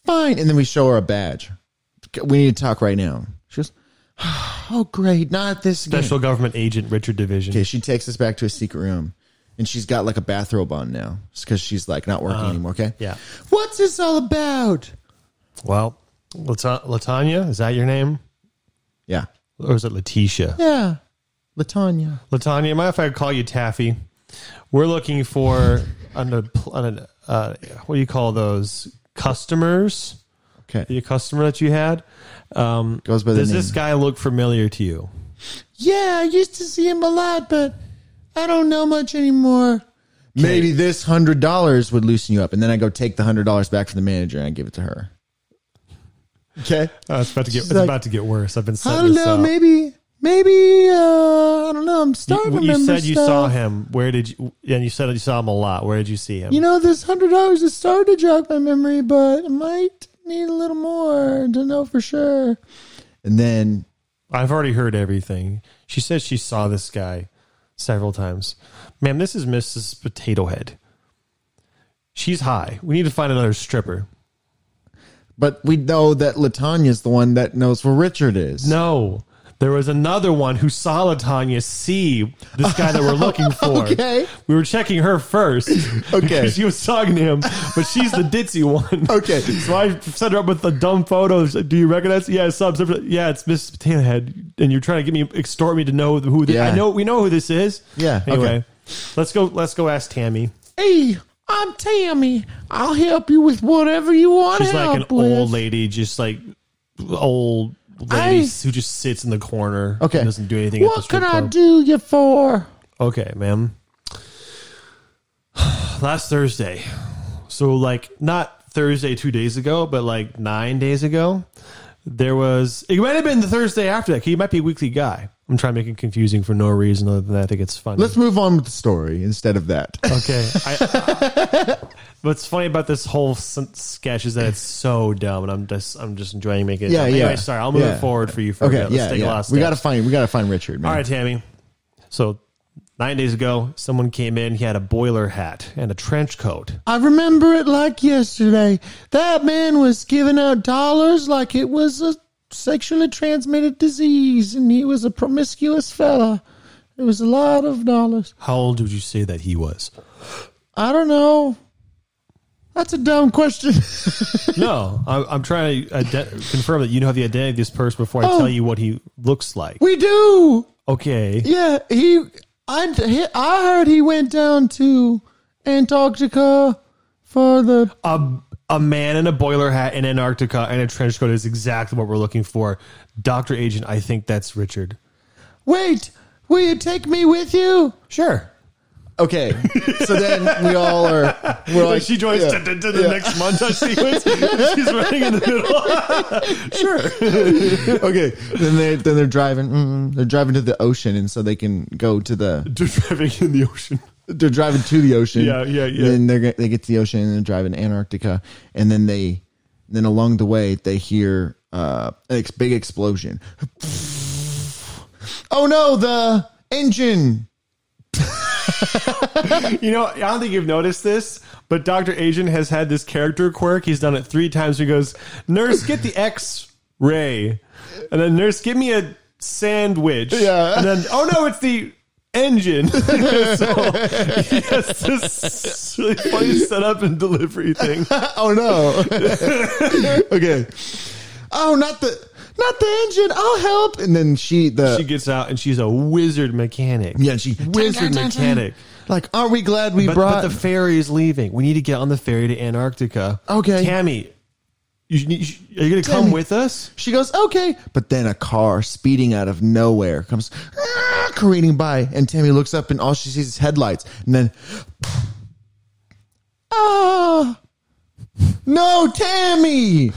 fine. And then we show her a badge. Okay, We need to talk right now. She goes, "Oh, great, not this again." Special government agent Richard Division. Okay, she takes us back to a secret room, and she's got like a bathrobe on now because she's like not working anymore. Okay, Uh-huh. yeah. What's this all about? Well, Lata- Latanya, is that your name? Yeah, Or is it Letitia? yeah. Latanya. Latanya, mind if I call you Taffy? We're looking for an, an uh, what do you call those customers? Okay, The customer that you had. Um, goes by the does name. this guy look familiar to you? yeah, I used to see him a lot, but I don't know much anymore. Maybe this hundred dollars would loosen you up, and then I go take the hundred dollars back from the manager and I give it to her. Okay. Uh, it's about to get. It's like, about to get worse. I've been I setting don't this know. up. Maybe, maybe uh, I don't know. I'm starting you, to you remember said you stuff. saw him. Where did you? And you said you saw him a lot. Where did you see him? You know, this hundred dollars is starting to jog my memory, but I might need a little more to know for sure. And then, I've already heard everything. She said she saw this guy several times. Ma'am, this is Mrs. Potato Head. She's high. We need to find another stripper. but we know that Latanya's the one that knows where Richard is. No, There was another one who saw Latanya see this guy that we're looking for. Okay. We were checking her first. Okay. Because she was talking to him, but she's the ditzy one. Okay. So I set her up with the dumb photos. Do you recognize? Yeah, subs. Yeah, it's Miss Potato Head. And you're trying to get me, extort me to know who this Yeah. I know, we know who this is. Yeah, okay. Anyway, let's go, let's go ask Tammy. Hey, I'm Tammy. I'll help you with whatever you want She's like an old lady, just like old lady I- who just sits in the corner. Okay. and doesn't do anything. at the strip club. do you for? Okay, ma'am. Last Thursday, so like not Thursday two days ago, but like nine days ago, there was. It might have been the Thursday after that. He might be a weekly guy. I'm trying to make it confusing for no reason other than that I think it's funny. Let's move on with the story instead of that. Okay. I, what's funny about this whole s- sketch is that it's so dumb, and I'm just I'm just enjoying making it. Yeah, dumb. yeah. Anyway, sorry, I'll move Yeah. it forward for you. For Okay, Let's yeah, take a yeah. last We step. gotta find we gotta find Richard, man. All right, Tammy. So nine days ago, someone came in. He had a boiler hat and a trench coat. I remember it like yesterday. That man was giving out dollars like it was a sexually transmitted disease, and he was a promiscuous fella. It was a lot of dollars. How old would you say that he was? I don't know. That's a dumb question. no, I'm, I'm trying to ide- confirm that you know the identity of this person before I Oh. tell you what he looks like. we do. Okay. Yeah, he. I he, I heard he went down to Antarctica for the. a a man in a boiler hat in Antarctica and a trench coat is exactly what we're looking for. Doctor Agent, I think that's Richard. Wait, will you take me with you? Sure. Okay, so then we all are. We're like, she joins yeah. to, the next montage sequence. She's running in the middle. sure. okay, then they then they're driving. Mm, they're driving to the ocean, and so they can go to the. Just driving in the ocean. They're driving to the ocean. Yeah, yeah, yeah. Then they're gonna- they get to the ocean and they're driving to Antarctica, and then they then along the way they hear uh, an ex- big explosion. oh no, the engine! You know, I don't think you've noticed this, but Doctor Agent has had this character quirk. He's done it three times. He goes, "Nurse, get the X-ray," and then "Nurse, give me a sandwich." Yeah. and then "Oh no, it's the engine." so he has this really funny setup and delivery thing. Oh no. okay. Oh, not the not the engine. I'll help. And then she the She gets out and she's a wizard mechanic. yeah she wizard mechanic. Like, aren't we glad we But, brought? but the ferry is leaving. We need to get on the ferry to Antarctica. Okay. Tammy, you, you, are you going to Tammy. come with us? she goes okay, but then a car speeding out of nowhere comes "Ah," careening by, and Tammy looks up and all she sees is headlights, and then ah, no, Tammy.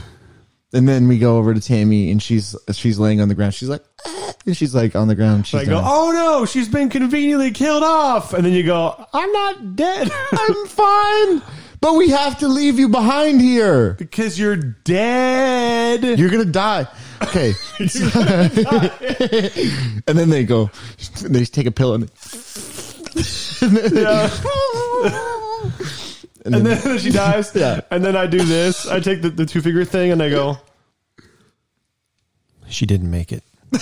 And then we go over to Tammy, and she's she's laying on the ground. She's like, "Ah," and she's like on the ground. She's I go, down. oh no, she's been conveniently killed off. And then you go, "Oh, I'm not dead. I'm fine, but we have to leave you behind here. because you're dead. You're gonna die. Okay. and then they go. They just take a pill and. and and then, then she dies. Yeah. And then I do this. I take the, the two finger thing and I go, she didn't make it.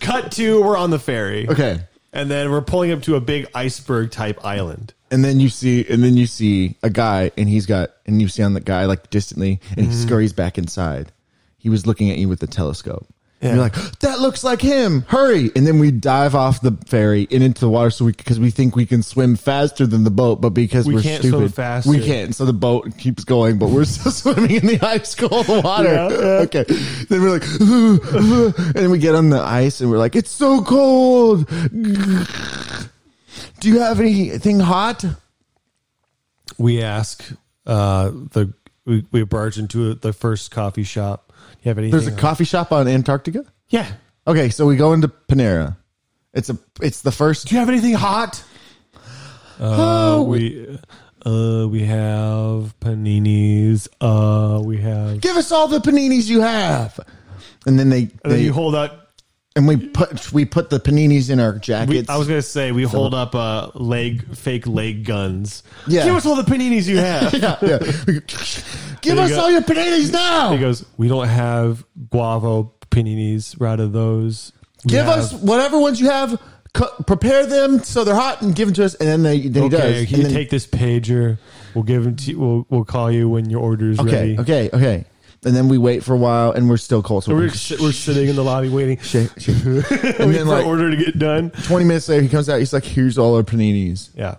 Cut to, we're on the ferry. okay. And then we're pulling up to a big iceberg type island. And then you see, and then you see a guy, and he's got, and you see on the guy like distantly, and Mm-hmm. he scurries back inside. He was looking at you with the telescope. And Yeah. you're like, that looks like him. Hurry! And then we dive off the ferry and into the water, so we because we think we can swim faster than the boat, but because We are can't swim stupid, faster. we can't. So the boat keeps going, but we're still swimming in the ice cold water. Yeah, yeah. Okay. Then we're like, and then we get on the ice, and we're like, it's so cold. Do you have anything hot? we ask uh, the we, we barge into the first coffee shop. You have anything? There's a coffee shop on Antarctica. yeah. Okay, so we go into Panera. It's a it's the first. "Oh, Do you have anything hot? Uh, we uh, we have paninis. Uh, we have. Give us all the paninis you have, and then they, And then they you hold out and we put we put the paninis in our We, jackets. I was gonna say we hold up uh, leg fake leg guns. Yeah. give us all the paninis you have. yeah, yeah. Give you us go. all your paninis He now. goes, we don't have guavo paninis. We're out of those. We Give have- us whatever ones you have. Co- prepare them so they're hot and give them to us. And then they then he Okay, does. can you and then, take this pager? We'll give them to you. We'll, we'll call you when your order is okay, ready. okay, okay. And then we wait for a while, and we're still cold. So We're, si- we're sitting in the lobby waiting shake, shake. waiting and then for like order to get done. twenty minutes later, he comes out. He's like, "Here's all our paninis." Yeah.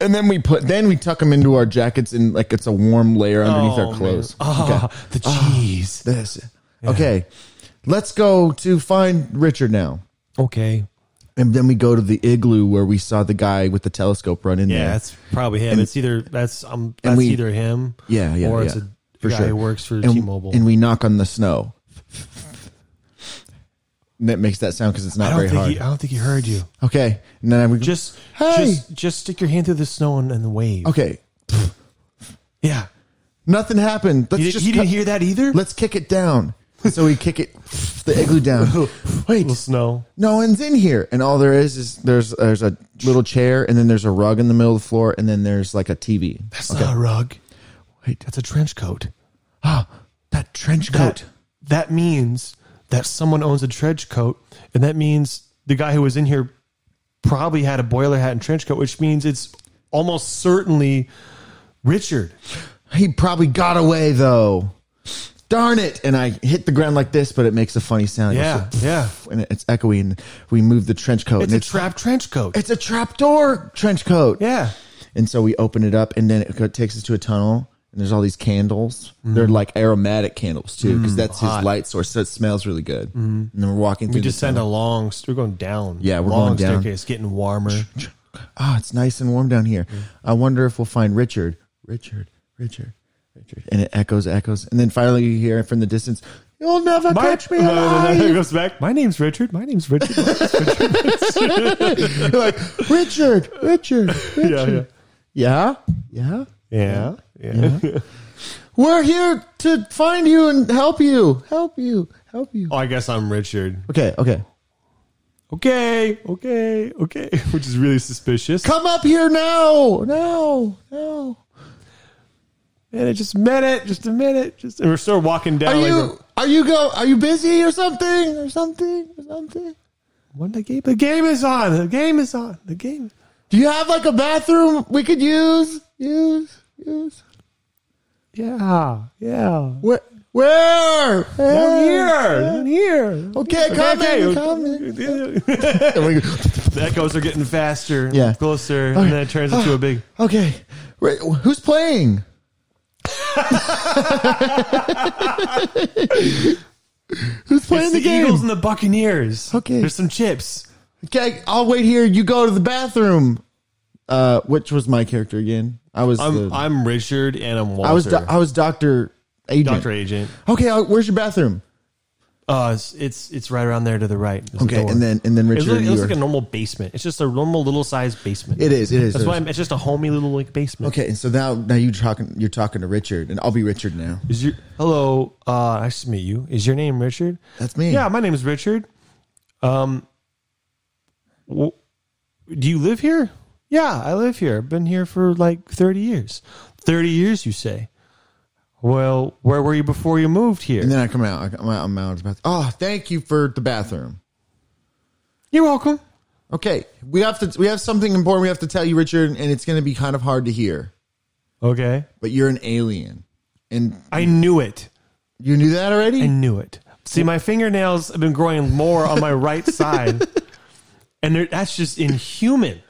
And then we put, then we tuck them into our jackets, and like it's a warm layer underneath Oh, our clothes. man. Ah, the cheese. This, okay. Let's go to find Richard now. okay. And then we go to the igloo where we saw the guy with the telescope run in Yeah, there. that's probably him. it's either that's um that's and we- either him. Yeah, yeah, or yeah. it's a guy who works for and, T-Mobile. And we knock on the snow. And that makes that sound because it's I not don't very think hard. he, I don't think he heard you. okay, and then I would Just Hey! just just stick your hand through the snow and, and wave. okay. Yeah. Nothing happened. Let's You, just didn't, you didn't cut- hear that either? let's kick it down. so we kick it the igloo down. Wait, Little snow. no one's in here, and all there is is there's there's a little chair, and then there's a rug in the middle of the floor, and then there's like a TV. That's not a rug. Wait. That's a trench coat. Ah, that trench That, coat. that means that someone owns a trench coat, and that means the guy who was in here probably had a boiler hat and trench coat, which means it's almost certainly Richard. He probably got away though. Darn it! And I hit the ground like this, but it makes a funny sound. It goes Yeah, so- yeah. and it's echoey. And we move the trench coat, It's and a it's trap trench coat. it's a trapdoor trench coat. Yeah. And so we open it up, and then it go- takes us to a tunnel. And there's all these candles. Mm-hmm. They're like aromatic candles too, because that's his light source. So it smells really good. And then we're walking through. Mm, Mm-hmm. We descend a long. st- We're going down. Yeah, we're going long down. staircase, getting warmer. Ah, it's nice and warm down here. I wonder if we'll find Richard. Richard, Richard, Richard. And it echoes, echoes. And then finally you hear from the distance, You'll never catch me Uh, and then it alive. goes back. My name's Richard. My name's Richard. yeah, You're like, Richard, Richard, Richard. yeah, Yeah? Yeah? yeah, yeah. We're here to find you and help you. Help you. Help you. Oh, I guess I'm Richard. Okay, okay. Okay, okay, okay. Which is really suspicious. Come up here now. Now. Now. And it's just a minute, just a minute, just. And we're still walking down. Are like, you are you go are you busy or something? Or something? Or something? when the game, the game is on. The game is on. The game. Do you have like a bathroom we could use? Use, use. Yeah, yeah. Where? Where? Down Where? here, down here. Okay, come in, come in. And we go, The echoes are getting faster, Yeah. closer, and then it turns into a big. okay, Wait, who's playing? who's playing the, It's the, game? Eagles and the Buccaneers. Okay. There's some chips. Okay, I'll wait here. You go to the bathroom. Uh, which was my character again? I was. I'm the, I, I'm Richard and I'm Walter. was. Do- I was Doctor Agent. Doctor Agent. Okay, uh, where's your bathroom? Uh, it's, it's it's right around there to the right. There's a Okay, door. and then and then It's Richard. like, it you looks were- like a normal basement. It's just a normal little sized basement. it is. It is. That's it why is. I'm, it's just a homey little like basement. Okay, and so now now you're talking you're talking to Richard, and I'll be Richard now. Is your hello? Uh, nice to meet you. Is your name Richard? That's me. Yeah, my name is Richard. Um, wh- do you live here? Yeah, I live here. I've been here for like thirty years. Thirty years, you say? Well, where were you before you moved here? And then I come out. I come out I'm out of the bathroom. Oh, thank you for the bathroom. You're welcome. Okay, we have to we have something important we have to tell you, Richard, and it's going to be kind of hard to hear. Okay, But you're an alien, and I knew it. you knew that already. I knew it. See, my fingernails have been growing more on my right side, and they're- that's just inhuman.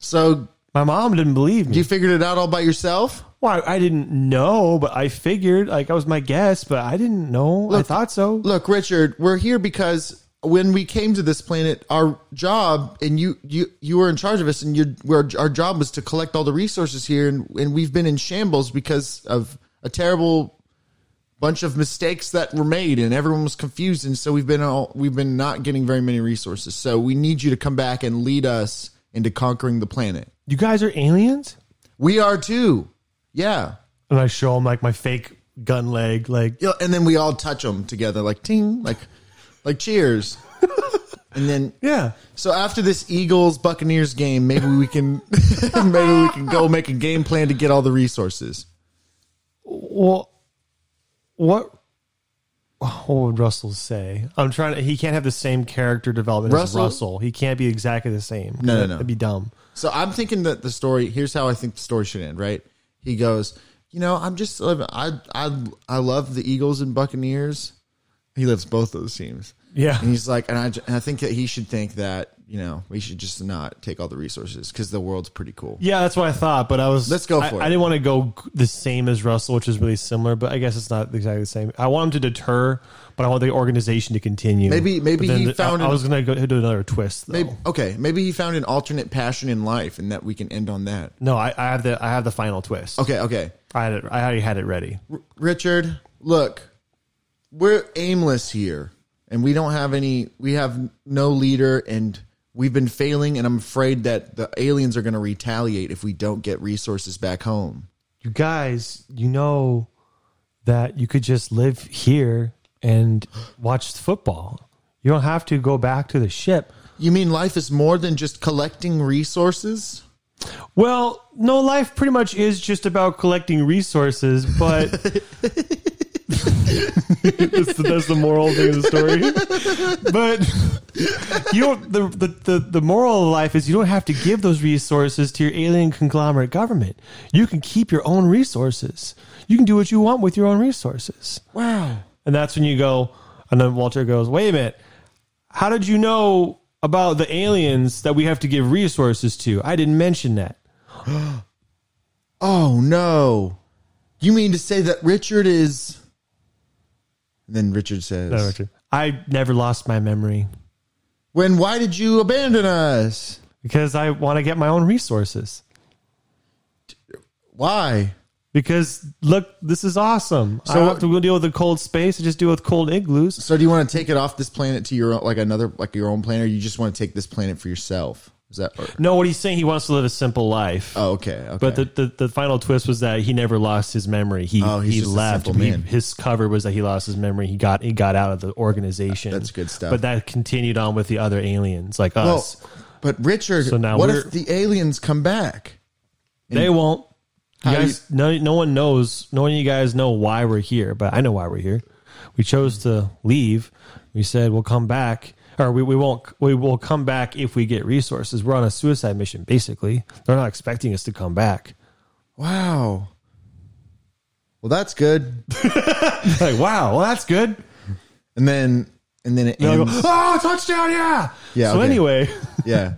so My mom didn't believe me. you figured it out all by yourself. Well, I, I didn't know, but I figured like I was my guess, but I didn't know. I thought so. Look, Richard, we're here because when we came to this planet, our job and you you you were in charge of us, and you were, our job was to collect all the resources here, and, and we've been in shambles because of a terrible bunch of mistakes that were made, and everyone was confused, and so we've been all we've been not getting very many resources. So we need you to come back and lead us into conquering the planet. You guys are aliens? We are too, yeah. And I show him like my fake gun leg, like Yeah, and then we all touch them together, like ting, like like cheers. And then Yeah. So after this Eagles Buccaneers game, maybe we can maybe we can go make a game plan to get all the resources. Well, what what would Russell say? I'm trying to. He can't have the same character development Russell- as Russell. He can't be exactly the same. No, no, no. That'd be dumb. So I'm thinking that the story. Here's how I think the story should end. Right? He goes, you know, I'm just I I I love the Eagles and Buccaneers. He loves both those teams. Yeah. And he's like, and I, and I think that he should think that you know we should just not take all the resources because the world's pretty cool. Yeah, that's what I thought, but I was. Let's go I- for it. I didn't want to go g- the same as Russell, which is really similar, but I guess it's not exactly the same. I want him to deter, but I want the organization to continue. Maybe- maybe But then he the- found I, I an- was going to go do another twist. Though. Maybe, okay, maybe he found an alternate passion in life, and that we can end on that. No, I, I have the I have the final twist. Okay, okay. I had it. I already had it ready. Richard, look, we're aimless here and we don't have any, we have no leader and we've been failing. And I'm afraid that the aliens are going to retaliate if we don't get resources back home. You guys, you know that you could just live here and watch football. You don't have to go back to the ship. You mean life is more than just collecting resources? Well, no, life pretty much is just about collecting resources, but that's, the, that's the moral thing of the story. But you don't, the, the, the, the moral of life is you don't have to give those resources to your alien conglomerate government. You can keep your own resources. You can do what you want with your own resources. Wow. And that's when you go, and then Walter goes, wait a minute, how did you know about the aliens that we have to give resources to? I didn't mention that. Oh, no. You mean to say that Richard is. And then Richard says, No, Richard. I never lost my memory When, why did you abandon us? because I want to get my own resources. Why? Because look, this is awesome. I don't have to go deal with the cold space. I just deal with cold igloos. So do you want to take it off this planet to your own, like another like your own planet, or you just want to take this planet for yourself? Is that? Or, No, what he's saying, he wants to live a simple life. oh, okay, okay. But the, the, the final twist was that he never lost his memory. He Oh, he's he just a left. simple He- man. his cover was that he lost his memory. He got he got out of the organization. That's good stuff. But that continued on with the other aliens like well, us. Oh, but Richard, So now what we're- if the aliens come back? they won't. You How do guys, no, no one knows. No one of you guys know why we're here, but I know why we're here. We chose to leave. We said we'll come back, or we, we won't. We will come back if we get resources. We're on a suicide mission, basically. They're not expecting us to come back. Wow. Well, that's good. like, wow, well, that's good. And then and then it And I go, ends. oh, touchdown, yeah. Yeah, So okay. anyway, yeah,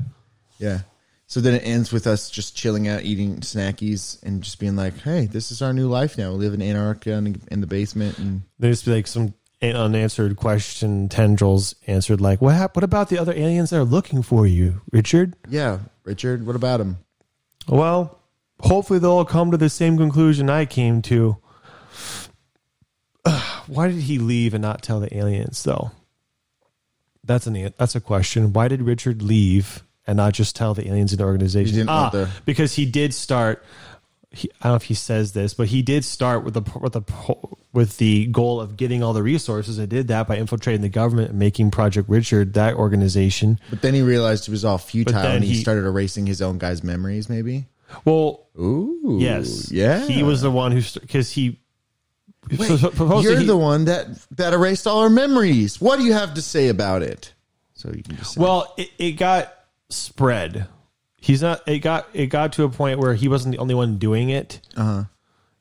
yeah. So then it ends with us just chilling out, eating snackies, and just being like, "Hey, this is our new life now. We live in Antarctica in the, in the basement." And there's like some unanswered question tendrils answered like, what, hap- what about the other aliens that are looking for you, Richard? yeah, Richard, what about him? Well, hopefully they'll all come to the same conclusion I came to. Ugh, Why did he leave and not tell the aliens though? That's an that's a question. Why did Richard leave and not just tell the aliens in the organization? He didn't ah, want the- because he did start. He, I don't know if he says this, but he did start with the with the with the goal of getting all the resources. and did that by infiltrating the government and making Project Richard that organization. But then he realized it was all futile, then and he, he- started erasing his own guy's memories. Maybe. Well, Ooh. Yes. Yeah. He was the one who because he. Wait, so- so- proposed that you're he- the one that that erased all our memories. What do you have to say about it? So you can just say, well. It, it got spread. He's not. It got it got to a point where he wasn't the only one doing it. Uh-huh.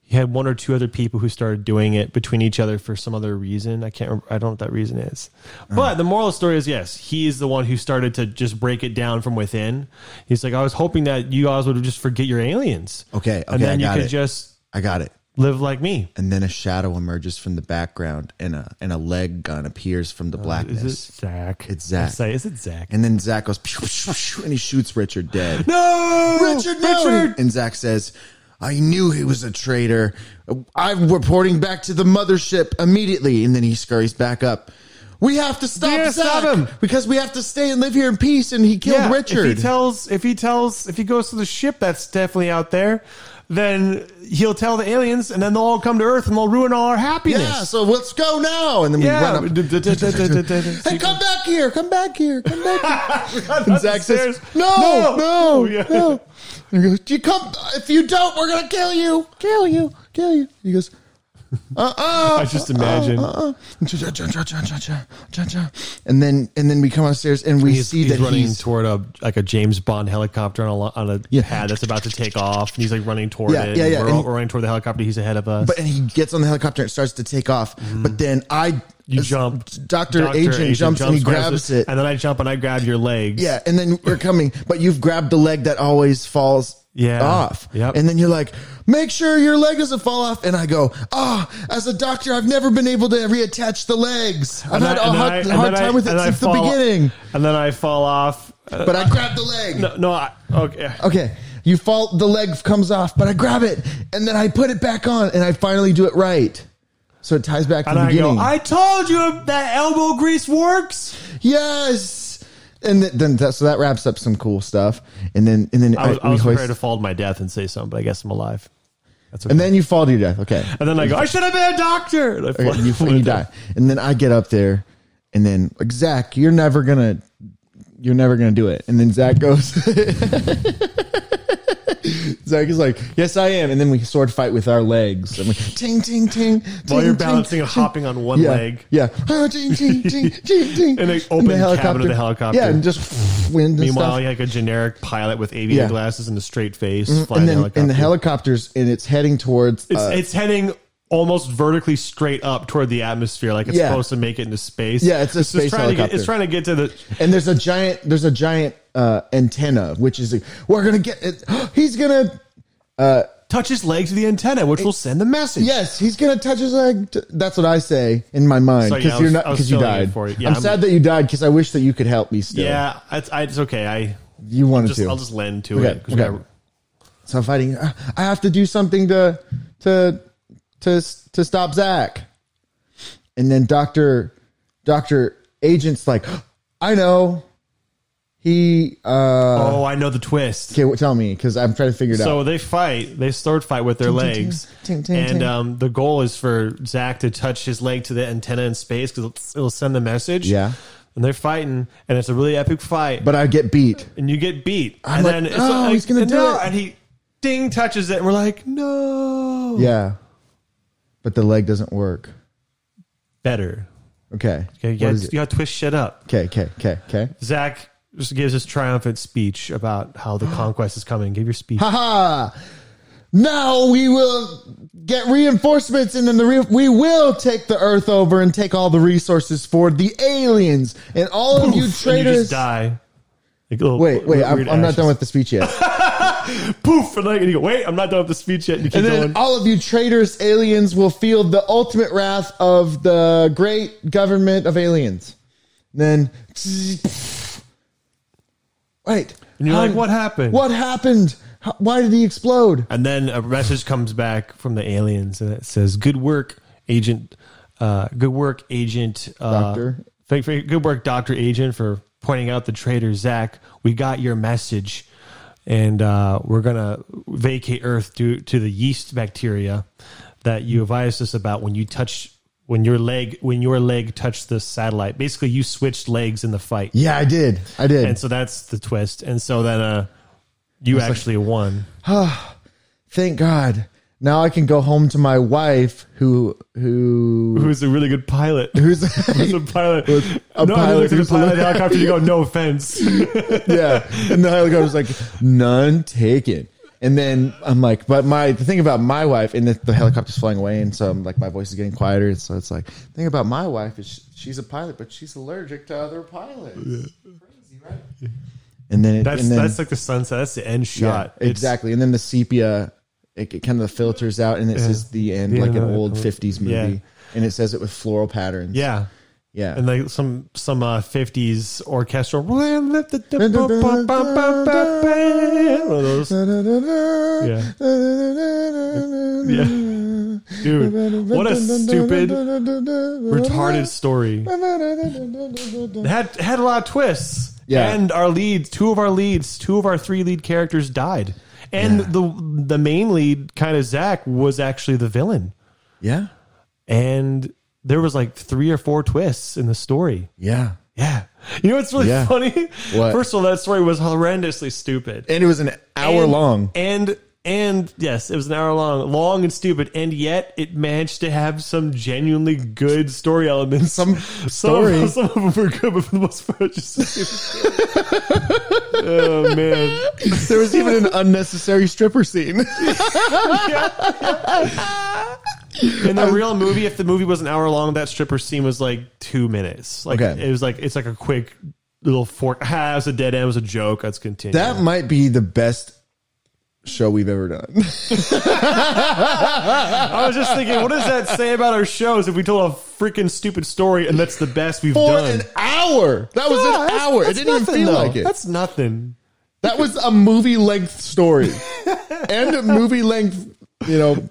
He had one or two other people who started doing it between each other for some other reason. I can't. Remember, I don't know what that reason is. Uh-huh. But the moral of the story is yes, he is the one who started to just break it down from within. He's like, I was hoping that you guys would just forget your aliens. Okay, and Oh, okay, I then you got could it. just I got it. live like me. And then a shadow emerges from the background, and a and a leg gun appears from the blackness. Uh, Is it Zach? It's Zach. Say, is it Zach? and then Zach goes, "Pew, pew, pew," and he shoots Richard dead. No, Richard, no. And Zach says, I knew he was a traitor. I'm reporting back to the mothership immediately. And then he scurries back up. We have to stop Yeah, Zach stop him. because we have to stay and live here in peace. And he killed Yeah, Richard. If he tells, if he tells, if he goes to the ship that's definitely out there, then he'll tell the aliens, and then they'll all come to Earth and they'll ruin all our happiness. Yeah, so let's go now. And then we Yeah. run up. Hey, come back here. Come back here. Come back here. And Zach says, no, no, no. Oh, Yeah. And he goes, you come, if you don't, we're going to kill you. Kill you. Kill you. He goes, uh-uh. I just imagine. uh-uh." And then, and then we come upstairs and we He's, see he's that running he's, toward a like a James Bond helicopter on a lo- on a Yeah. pad that's about to take off, and he's like running toward Yeah, it. yeah, and yeah, We're, and- all, we're running toward the helicopter. He's ahead of us. but and he gets on the helicopter and starts to take off. But then I, Mm-hmm. you jump. Doctor Agent Agent, jumps, and he grabs it. and then I jump and I grab your legs. Yeah, and then we're coming, but you've grabbed the leg that always falls Yeah. off. Yep. And then you're like, make sure your leg doesn't fall off. And I go, ah, as a doctor, I've never been able to reattach the legs. I've And had I- a and hard, I- and hard then I- time with it and I since the fall- beginning. And then I fall off. Uh, But I grabbed the leg. no, no, I, okay. Okay. You fall, the leg comes off, but I grab it and then I put it back on and I finally do it right. So it ties back to And the I beginning. go. I told you that elbow grease works. yes. And th- then that, so that wraps up some cool stuff. And then, and then I was, we I was hoist- prepared to fall to my death and say something, but I guess I'm alive. That's okay. and then you fall to your death. Okay. And then I go, I should have been a doctor. And I Okay, fly- you, fly you down. die, and then I get up there, and then like Zach, you're never gonna, you're never gonna do it. And then Zach goes, Zach is like, "Yes, I am." And then we sword fight with our legs. I'm like, "Ting, ting, ting." ting, While you're ting, balancing and ting." hopping on one yeah, leg. yeah. Ah, ting, ting, ting, ting, ting. In an And open cabin of the helicopter. Yeah, and just wind and Meanwhile, stuff. you're like a generic pilot with aviator Yeah. Mm-hmm. glasses and a straight face, flying And a then helicopter. and the helicopters, and it's heading towards. it's, uh, it's heading almost vertically straight up toward the atmosphere, like it's Yeah. supposed to make it into space. Yeah, it's a just space trying to get, helicopter. It's trying to get to the. and there's a giant there's a giant uh antenna which is like, we're gonna get it he's gonna Touch his leg to the antenna, which will send the message. yes he's gonna touch his leg T- that's what i say in my mind So, yeah, because I you're was- not I was because you filling it died for you. Yeah, i'm, I'm- sad that you died because i wish that you could help me still yeah. It's, I, it's okay. I you wanted just to I'll just lend to okay, it. 'cause we okay. got- so i'm fighting "Ah, i have to do something to to to to stop zach and then doctor doctor agent's like i know he uh Oh, I know the twist. okay well, tell me because i'm trying to figure it out So they fight. They sword fight with their ting, legs, ting, ting, ting. and um, the goal is for Zach to touch his leg to the antenna in space because it'll, it'll send the message. Yeah. and they're fighting, and it's a really epic fight. But but i get beat and you get beat, I'm and like, then it's "Oh, like, he's gonna and do no, it." and he ding touches it, and we're like, no, Yeah. But the leg doesn't work. better. Okay. Okay, you What is got it? to twist shit up. Okay, okay, okay, okay. Zach just gives his triumphant speech about how the conquest is coming. Give your speech. Haha. Now we will get reinforcements and then the re- we will take the earth over and take all the resources for the aliens and all of you And you traitors. just die. Like little Wait, wait, weird I'm, I'm not ashes. done with the speech yet. poof, and, like, and you go, wait, I'm not done with the speech yet. And you keep And then going. all of you traitors, aliens, will feel the ultimate wrath of the great government of aliens. Then, wait. And you're like, how- what happened? What happened? How, why did he explode? And then a message comes back from the aliens, and it says, "Good work, agent. Uh, good work, agent. Uh, Doctor. thank- thank- Good work, doctor agent, for pointing out the traitor Zach. We got your message, and uh, we're gonna vacate Earth due to the yeast bacteria that you advised us about when you touch." When your leg, when your leg touched the satellite, basically you switched legs in the fight. Yeah, I did. I did. and so that's the twist. And so then uh, you actually won. Thank God. Now I can go home to my wife, who who Who's a really good pilot? who's Who's a pilot? a no, I pilot looked at the who's a- pilot of the helicopter. You go, no offense. yeah. And the helicopter's like, none taken. And then I'm like, but my the thing about my wife, and the, the helicopter's flying away, and so I'm like, my voice is getting quieter. And so it's like, the thing about my wife is she, she's a pilot, but she's allergic to other pilots. Crazy, right? And then it, That's and then, that's like the sunset. That's the end yeah, shot. It's- exactly. And then the sepia, it, it kind of filters out, and it says the end, The like end an of it. old '50s movie, Yeah. and it says it with floral patterns. yeah, yeah. and like some some uh, 50s orchestral. One of those. Yeah. Yeah. Dude, what a stupid, retarded story. It had it had a lot of twists. Yeah. And our leads, two of our leads, two of our three lead characters died. And the the main lead, kind of Zach, was actually the villain. Yeah. And there was like three or four twists in the story. Yeah. Yeah. You know what's really Yeah. funny? What? First of all, that story was horrendously stupid. And it was an hour And- long. And and yes, it was an hour long, long and stupid, and yet it managed to have some genuinely good story elements. Some Some story. of, some of them were good, but for the most part, just oh man, there was even an unnecessary stripper scene. in the real movie, if the movie was an hour long, that stripper scene was like two minutes. Like Okay. it was like it's like a quick little fork. Ah, it was a dead end. It was a joke. Let's continue. that might be the best show we've ever done. I was just thinking, what does that say about our shows if we told a freaking stupid story and that's the best we've For done? an hour. That was Yeah, an that's- hour. It that's didn't even nothing, feel though. like it. That's nothing. That was a movie length story and a movie length, you know,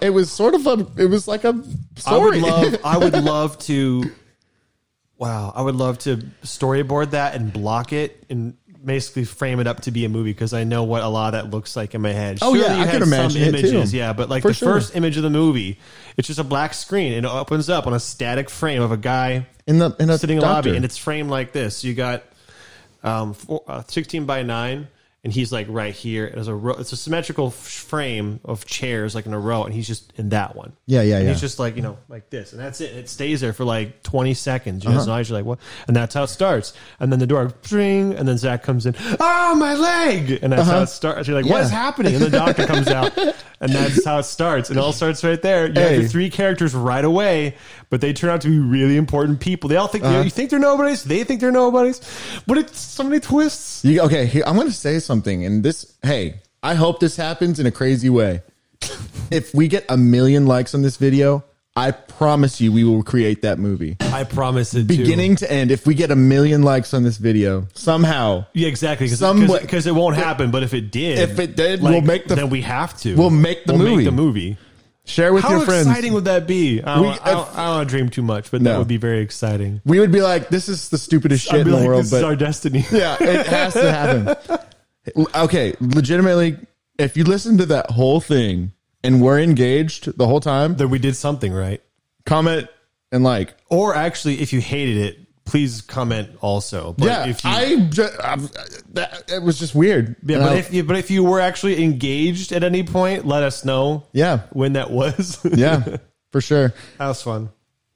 it was sort of a, it was like a story. I would love. I would love to. Wow, I would love to storyboard that and block it and basically frame it up to be a movie because I know what a lot of that looks like in my head. Oh, yeah, Surely you I had could some imagine it, too. images, yeah, but like For the sure. first image of the movie, it's just a black screen and it opens up on a static frame of a guy in the in a sitting in a doctor. lobby and it's framed like this. You got um, four, uh, 16 by 9 and he's like right here. It's a row, it's a symmetrical f- frame of chairs like in a row and he's just in that one. Yeah, yeah, And yeah. he's just like, you know, like this and that's it. It stays there for like 20 seconds. Uh-huh. You know, so now you're like, what? And that's how it starts. And then the door, ring, and then Zach comes in, oh, my leg. And that's how it starts. You're like, what Uh-huh. Yeah. is happening? And the doctor comes out and that's how it starts. It all starts right there. You have Hey. your three three characters right away, but they turn out to be really important people. They all think Uh-huh. they you think they're nobodies, they think they're nobodies, but it's so many twists. You, okay, here, I'm going to say something, and this, hey, I hope this happens in a crazy way. if we get a million likes on this video, I promise you we will create that movie. I promise it. Beginning to end, if we get a million likes on this video, somehow yeah, exactly, Some way- because it won't happen. But if it did, If it did, we'll make the- then we have to. we'll make the movie. the movie. share with How your friends. exciting would that be? I don't, We- I don't, I don't want to dream too much, but that No. would be very exciting. We would be like, this is the stupidest shit I'd in be the like, world, this is but our destiny. yeah, it has to happen. Okay, legitimately, if you listen to that whole thing and we're engaged the whole time, then we did something right. comment and like. Or actually, if you hated it, please comment also. But yeah, if you, I just, I've, that, it was just weird. Yeah, And but I- if you, but if you were actually engaged at any point, let us know. yeah, when that was. yeah, for sure. that was fun.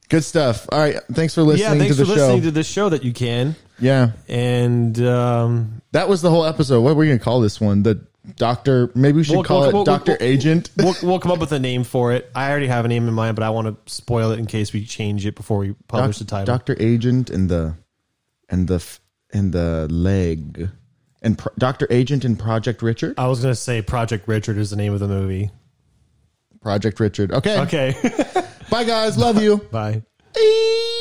Good stuff. All right, thanks for Yeah, listening thanks to for the show. listening to this show that you can. yeah, And um, that was the whole episode. What were we gonna call this one? The doctor? Maybe we should We'll- call we'll- it we'll- Doctor we'll- Agent. we'll we'll come up with a name for it. I already have a name in mind, but I want to spoil it in case we change it before we publish the title. Doctor Agent and the and the f- and the leg and Pro- Doctor Agent and Project Richard. I was gonna say Project Richard is the name of the movie. Project Richard. Okay. Okay, Bye guys. Love you. bye. Eee.